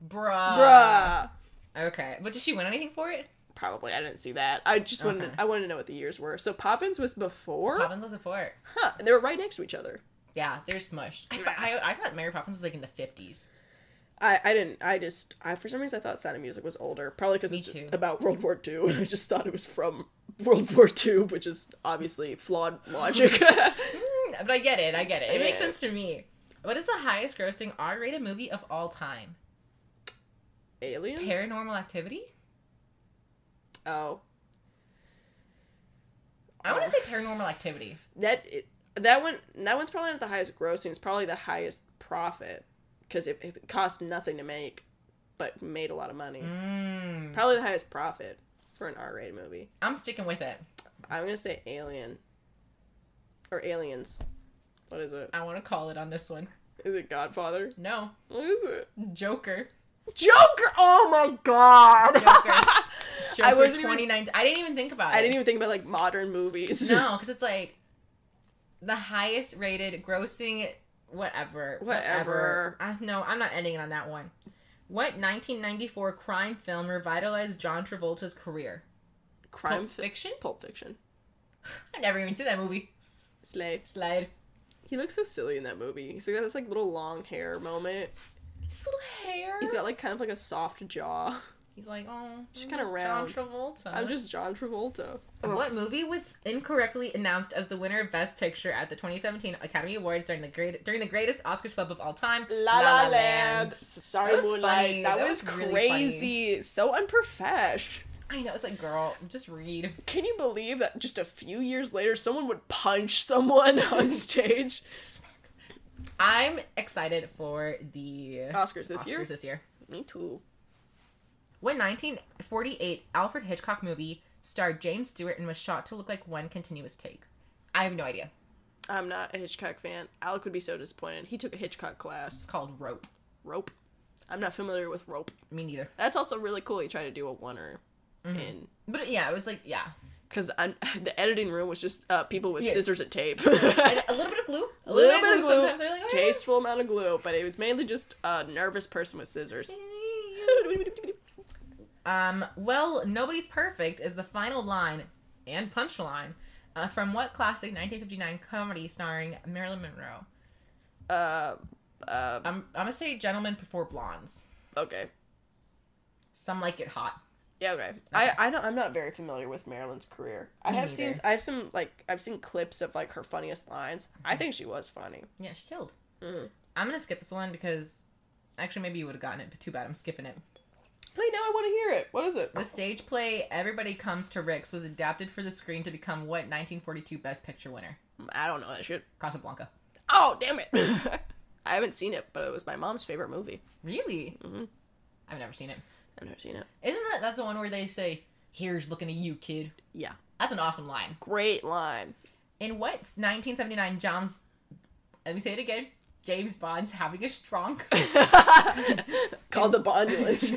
Speaker 1: Bruh.
Speaker 2: Bruh.
Speaker 1: Okay. But did she win anything for it?
Speaker 2: Probably I didn't see that. I just wanted
Speaker 1: Okay.
Speaker 2: I wanted to know what the years were. So Poppins was before.
Speaker 1: Poppins was before it.
Speaker 2: Huh. They were right next to each other.
Speaker 1: Yeah, they're smushed. I, thought- I, I thought Mary Poppins was like in the fifties.
Speaker 2: I, I didn't I just I for some reason I thought Sound of Music was older. Probably because
Speaker 1: Me
Speaker 2: it's
Speaker 1: too.
Speaker 2: about World War II, and I just thought it was from World War II, which is obviously flawed logic.
Speaker 1: Mm, But I get it. I get it. It
Speaker 2: Yeah.
Speaker 1: makes sense to me. What is the highest grossing R rated movie of all time?
Speaker 2: Alien.
Speaker 1: Paranormal Activity.
Speaker 2: oh,
Speaker 1: I want to say Paranormal Activity.
Speaker 2: that that one that one's probably not the highest grossing. It's probably the highest profit because it, it cost nothing to make, but made a lot of money.
Speaker 1: Mm.
Speaker 2: Probably the highest profit for an R-rated movie.
Speaker 1: I'm sticking with it.
Speaker 2: I'm gonna say Alien or Aliens. What is it?
Speaker 1: I want to call it on this one.
Speaker 2: Is it Godfather?
Speaker 1: No,
Speaker 2: What is it?
Speaker 1: Joker.
Speaker 2: Joker! Oh my god!
Speaker 1: Joker. Joker
Speaker 2: I
Speaker 1: I
Speaker 2: wasn't even-
Speaker 1: 2019. I didn't even think about it.
Speaker 2: I didn't even think about like modern movies.
Speaker 1: No, because it's like the highest rated grossing whatever.
Speaker 2: Whatever.
Speaker 1: Uh, no, I'm not ending it on that one. What 1994 crime film revitalized John Travolta's career?
Speaker 2: Crime
Speaker 1: Pulp
Speaker 2: fiction.
Speaker 1: Fiction?
Speaker 2: Pulp Fiction.
Speaker 1: I never even seen that movie.
Speaker 2: Slay.
Speaker 1: Slide.
Speaker 2: He looks so silly in that movie. He's got this like little long hair moment.
Speaker 1: His little hair.
Speaker 2: He's got like kind of like a soft jaw.
Speaker 1: He's like, oh,
Speaker 2: She's
Speaker 1: I'm
Speaker 2: kinda
Speaker 1: just
Speaker 2: round.
Speaker 1: John Travolta.
Speaker 2: I'm just John Travolta.
Speaker 1: What movie was incorrectly announced as the winner of Best Picture at the 2017 Academy Awards during the great during the greatest Oscars flub of all time?
Speaker 2: La La Land. Sorry,
Speaker 1: That was
Speaker 2: Moonlight.
Speaker 1: funny.
Speaker 2: That,
Speaker 1: That
Speaker 2: was,
Speaker 1: was really
Speaker 2: crazy. So unprofesh.
Speaker 1: I know it's like, girl, just read.
Speaker 2: Can you believe that just a few years later, someone would punch someone on stage?
Speaker 1: I'm excited for the
Speaker 2: Oscars this
Speaker 1: Oscars
Speaker 2: year.
Speaker 1: this year.
Speaker 2: Me too.
Speaker 1: What 1948 Alfred Hitchcock movie starred James Stewart and was shot to look like one continuous take? I have no idea.
Speaker 2: I'm not a Hitchcock fan. Alec would be so disappointed. He took a Hitchcock class.
Speaker 1: It's called Rope.
Speaker 2: Rope. I'm not familiar with rope.
Speaker 1: Me neither.
Speaker 2: That's also really cool. He tried to do a oneer,
Speaker 1: Mm-hmm.
Speaker 2: and
Speaker 1: But yeah, it was like yeah,
Speaker 2: because the editing room was just uh, people with
Speaker 1: Yeah.
Speaker 2: scissors and tape.
Speaker 1: and a little bit of glue, a
Speaker 2: little bit of glue,
Speaker 1: Sometimes they're like, oh, yeah.
Speaker 2: tasteful amount of glue, but it was mainly just a nervous person with
Speaker 1: "Oh,
Speaker 2: scissors.
Speaker 1: Um, well, nobody's perfect is the final line and punchline uh, from what classic 1959 comedy starring Marilyn Monroe?
Speaker 2: uh, uh,
Speaker 1: I'm, I'm gonna say Gentlemen Before Blondes.
Speaker 2: okay,
Speaker 1: Some like it hot.
Speaker 2: yeah, okay. I, I don't, I'm not very familiar with Marilyn's career. I
Speaker 1: Me
Speaker 2: have seen,
Speaker 1: neither.
Speaker 2: I have some like, I've seen clips of like her funniest lines. I
Speaker 1: Mm-hmm.
Speaker 2: think she was funny.
Speaker 1: Yeah, she killed.
Speaker 2: Mhm.
Speaker 1: I'm gonna skip this one because actually maybe you would have gotten it, but too bad I'm skipping it.
Speaker 2: Wait, now I want to hear it. What is it?
Speaker 1: The stage play Everybody Comes to Rick's was adapted for the screen to become what 1942 Best Picture winner?
Speaker 2: I don't know that shit.
Speaker 1: Casablanca.
Speaker 2: Oh, damn it. I haven't seen it, but it was my mom's favorite movie.
Speaker 1: Really?
Speaker 2: Mhm.
Speaker 1: I've never seen it.
Speaker 2: I've never seen it.
Speaker 1: Isn't that that's the one where they say, "Here's looking at you, kid."
Speaker 2: Yeah.
Speaker 1: That's an awesome line.
Speaker 2: Great line.
Speaker 1: In what 1979 John's let me say it again. James Bond's having a strong
Speaker 2: Called the Bondulance.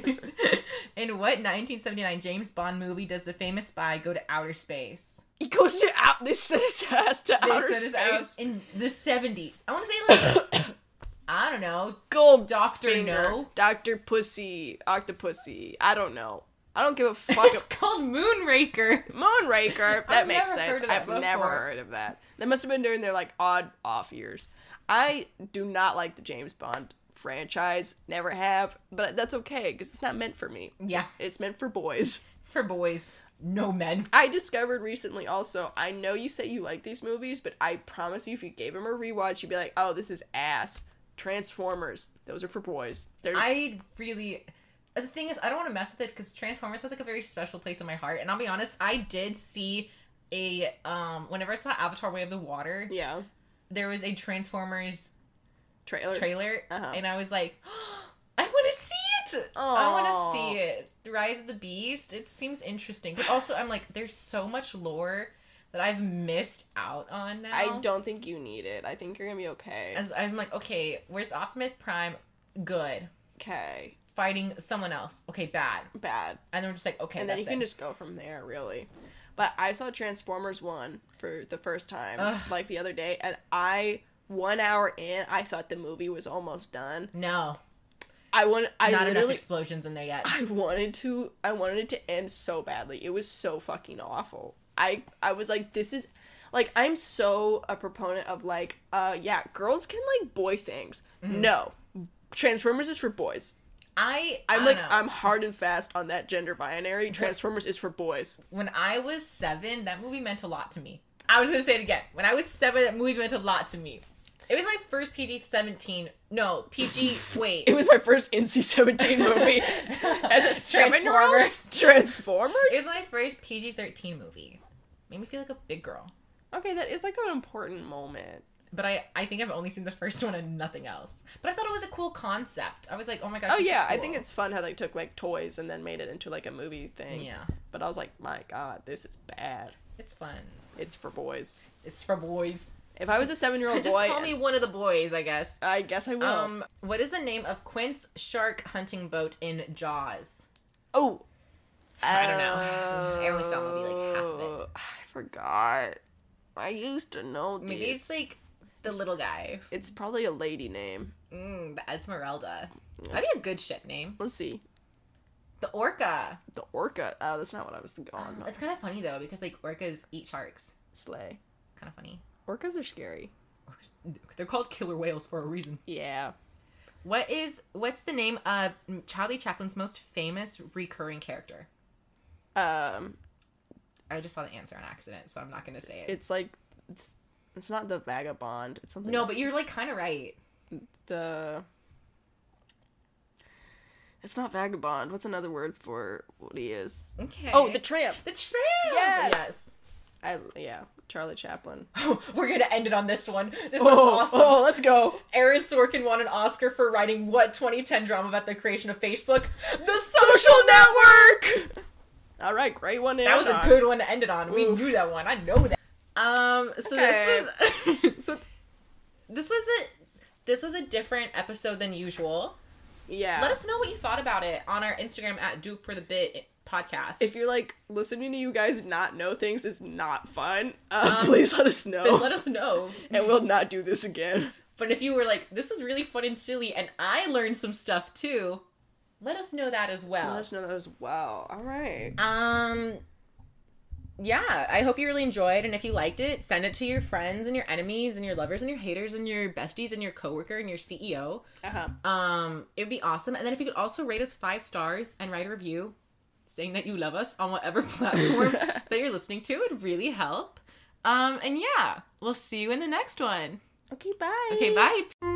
Speaker 1: In what 1979 James Bond movie does the famous spy go to outer space?
Speaker 2: he goes to out. They sent his ass to
Speaker 1: They
Speaker 2: outer
Speaker 1: said it's out
Speaker 2: space.
Speaker 1: in the 70s. I want to say like I don't know.
Speaker 2: Gold
Speaker 1: Doctor No.
Speaker 2: Doctor Pussy. Octopussy. I don't know. I don't give a fuck.
Speaker 1: It's called Moonraker.
Speaker 2: Moonraker. That
Speaker 1: I've
Speaker 2: makes
Speaker 1: never
Speaker 2: sense.
Speaker 1: heard of that
Speaker 2: I've never
Speaker 1: before.
Speaker 2: heard of that. That must have been during their like odd off years. I do not like the James Bond franchise. Never have, but that's okay because it's not meant for me.
Speaker 1: Yeah,
Speaker 2: It's meant for boys.
Speaker 1: for boys, no men.
Speaker 2: I discovered recently also, I know you say you like these movies, but I promise you if you gave them a rewatch, you'd be like, oh, this is ass. Transformers, those are for boys. They're
Speaker 1: I really. The thing is, I don't want to mess with it because Transformers has like a very special place in my heart. And I'll be honest, I did see a um. Whenever I saw Avatar: Way of the Water,
Speaker 2: yeah.
Speaker 1: there was a Transformers
Speaker 2: Trailer.
Speaker 1: trailer,
Speaker 2: Uh-huh.
Speaker 1: and I was like, I want to see it. I
Speaker 2: Aw.
Speaker 1: want to see it. The Rise of the Beast. It seems interesting, but also I'm like, there's so much lore that I've missed out on now.
Speaker 2: I don't think you need it. I think you're gonna be okay.
Speaker 1: As I'm like, okay, where's Optimus Prime? Good.
Speaker 2: Okay.
Speaker 1: fighting someone else. Okay, bad.
Speaker 2: Bad.
Speaker 1: And then we're just like, okay,
Speaker 2: and then
Speaker 1: that's
Speaker 2: you can
Speaker 1: it.
Speaker 2: just go from there, really. But I saw Transformers one for the first time,
Speaker 1: Ugh.
Speaker 2: like the other day, and I one hour in, I thought the movie was almost done.
Speaker 1: no,
Speaker 2: I want, I
Speaker 1: not enough
Speaker 2: literally,
Speaker 1: explosions in there yet.
Speaker 2: I wanted to, I wanted it to end so badly. It was so fucking awful. I, I was like, this is, like, I'm so a proponent of like, uh, yeah, girls can like boy things.
Speaker 1: Mm-hmm.
Speaker 2: No, Transformers is for boys.
Speaker 1: I I
Speaker 2: I'm
Speaker 1: don't
Speaker 2: like,
Speaker 1: know.
Speaker 2: I'm hard and fast on that gender binary. Transformers is for boys.
Speaker 1: when I was seven, that movie meant a lot to me. I was gonna say it again. When I was seven, that movie meant a lot to me. It was my first PG seventeen. No, PG. wait,
Speaker 2: It was my first NC seventeen movie as a seven-year-old.
Speaker 1: Transformers.
Speaker 2: Transformers.
Speaker 1: It was my first PG thirteen movie. Made me feel like a big girl.
Speaker 2: okay, that is like an important moment.
Speaker 1: But I, I think I've only seen the first one and nothing else. But I thought it was a cool concept. I was like, oh my gosh.
Speaker 2: Oh
Speaker 1: this is
Speaker 2: yeah, I
Speaker 1: cool.
Speaker 2: think it's fun how they took like toys and then made it into like a movie thing.
Speaker 1: yeah,
Speaker 2: But I was like, my god, this is bad.
Speaker 1: it's fun.
Speaker 2: It's for boys.
Speaker 1: It's for boys.
Speaker 2: If I was a seven-year-old
Speaker 1: Just
Speaker 2: boy,
Speaker 1: call me one of the boys, I guess.
Speaker 2: I guess I will.
Speaker 1: Um, what is the name of Quint's shark hunting boat in Jaws?
Speaker 2: oh,
Speaker 1: I don't know. I only saw maybe like half of it.
Speaker 2: Oh, I forgot. I used to know these.
Speaker 1: Maybe it's like the little guy.
Speaker 2: it's probably a lady name.
Speaker 1: Mm, the Esmeralda. That'd be a good ship name.
Speaker 2: Let's see.
Speaker 1: The Orca.
Speaker 2: The orca. Oh, that's not what I was going.
Speaker 1: That's kind of funny though, because like orcas eat sharks.
Speaker 2: Slay.
Speaker 1: It's kind of funny.
Speaker 2: Orcas are scary.
Speaker 1: Orcas- They're called killer whales for a reason.
Speaker 2: Yeah.
Speaker 1: What is what's the name of Charlie Chaplin's most famous recurring character?
Speaker 2: Um,
Speaker 1: I just saw the answer on accident, so I'm not gonna say it.
Speaker 2: it's like, it's not the vagabond. It's something.
Speaker 1: no, but you're like kind of right.
Speaker 2: the. It's not vagabond. What's another word for what he is?
Speaker 1: Okay.
Speaker 2: Oh, the tramp.
Speaker 1: the tramp.
Speaker 2: Yes.
Speaker 1: yes.
Speaker 2: I yeah, Charlie Chaplin.
Speaker 1: We're gonna end it on this one. This
Speaker 2: Oh,
Speaker 1: one's awesome.
Speaker 2: oh, let's go.
Speaker 1: Aaron Sorkin won an Oscar for writing what 2010 drama about the creation of Facebook? The Social Network.
Speaker 2: All right, great one.
Speaker 1: That was a good one to end it on. We
Speaker 2: Oof.
Speaker 1: knew that one. I know that. Um. So
Speaker 2: Okay.
Speaker 1: this was
Speaker 2: So
Speaker 1: this was a this was a different episode than usual.
Speaker 2: yeah.
Speaker 1: Let us know what you thought about it on our Instagram at Duke for the Bit podcast.
Speaker 2: if you're like listening to you guys not know things is not fun, uh, please let us know,
Speaker 1: Um, then let us know.
Speaker 2: and we'll not do this again.
Speaker 1: But if you were like, this was really fun and silly, and I learned some stuff too, let us know that as well.
Speaker 2: Let us know that as well. All right.
Speaker 1: Um yeah, I hope you really enjoyed and if you liked it, send it to your friends and your enemies and your lovers and your haters and your besties and your coworker and your CEO.
Speaker 2: Uh-huh.
Speaker 1: Um it would be awesome. And then if you could also rate us 5 stars and write a review saying that you love us on whatever platform that you're listening to, it would really help. Um and yeah, we'll see you in the next one.
Speaker 2: Okay, bye.
Speaker 1: Okay, bye.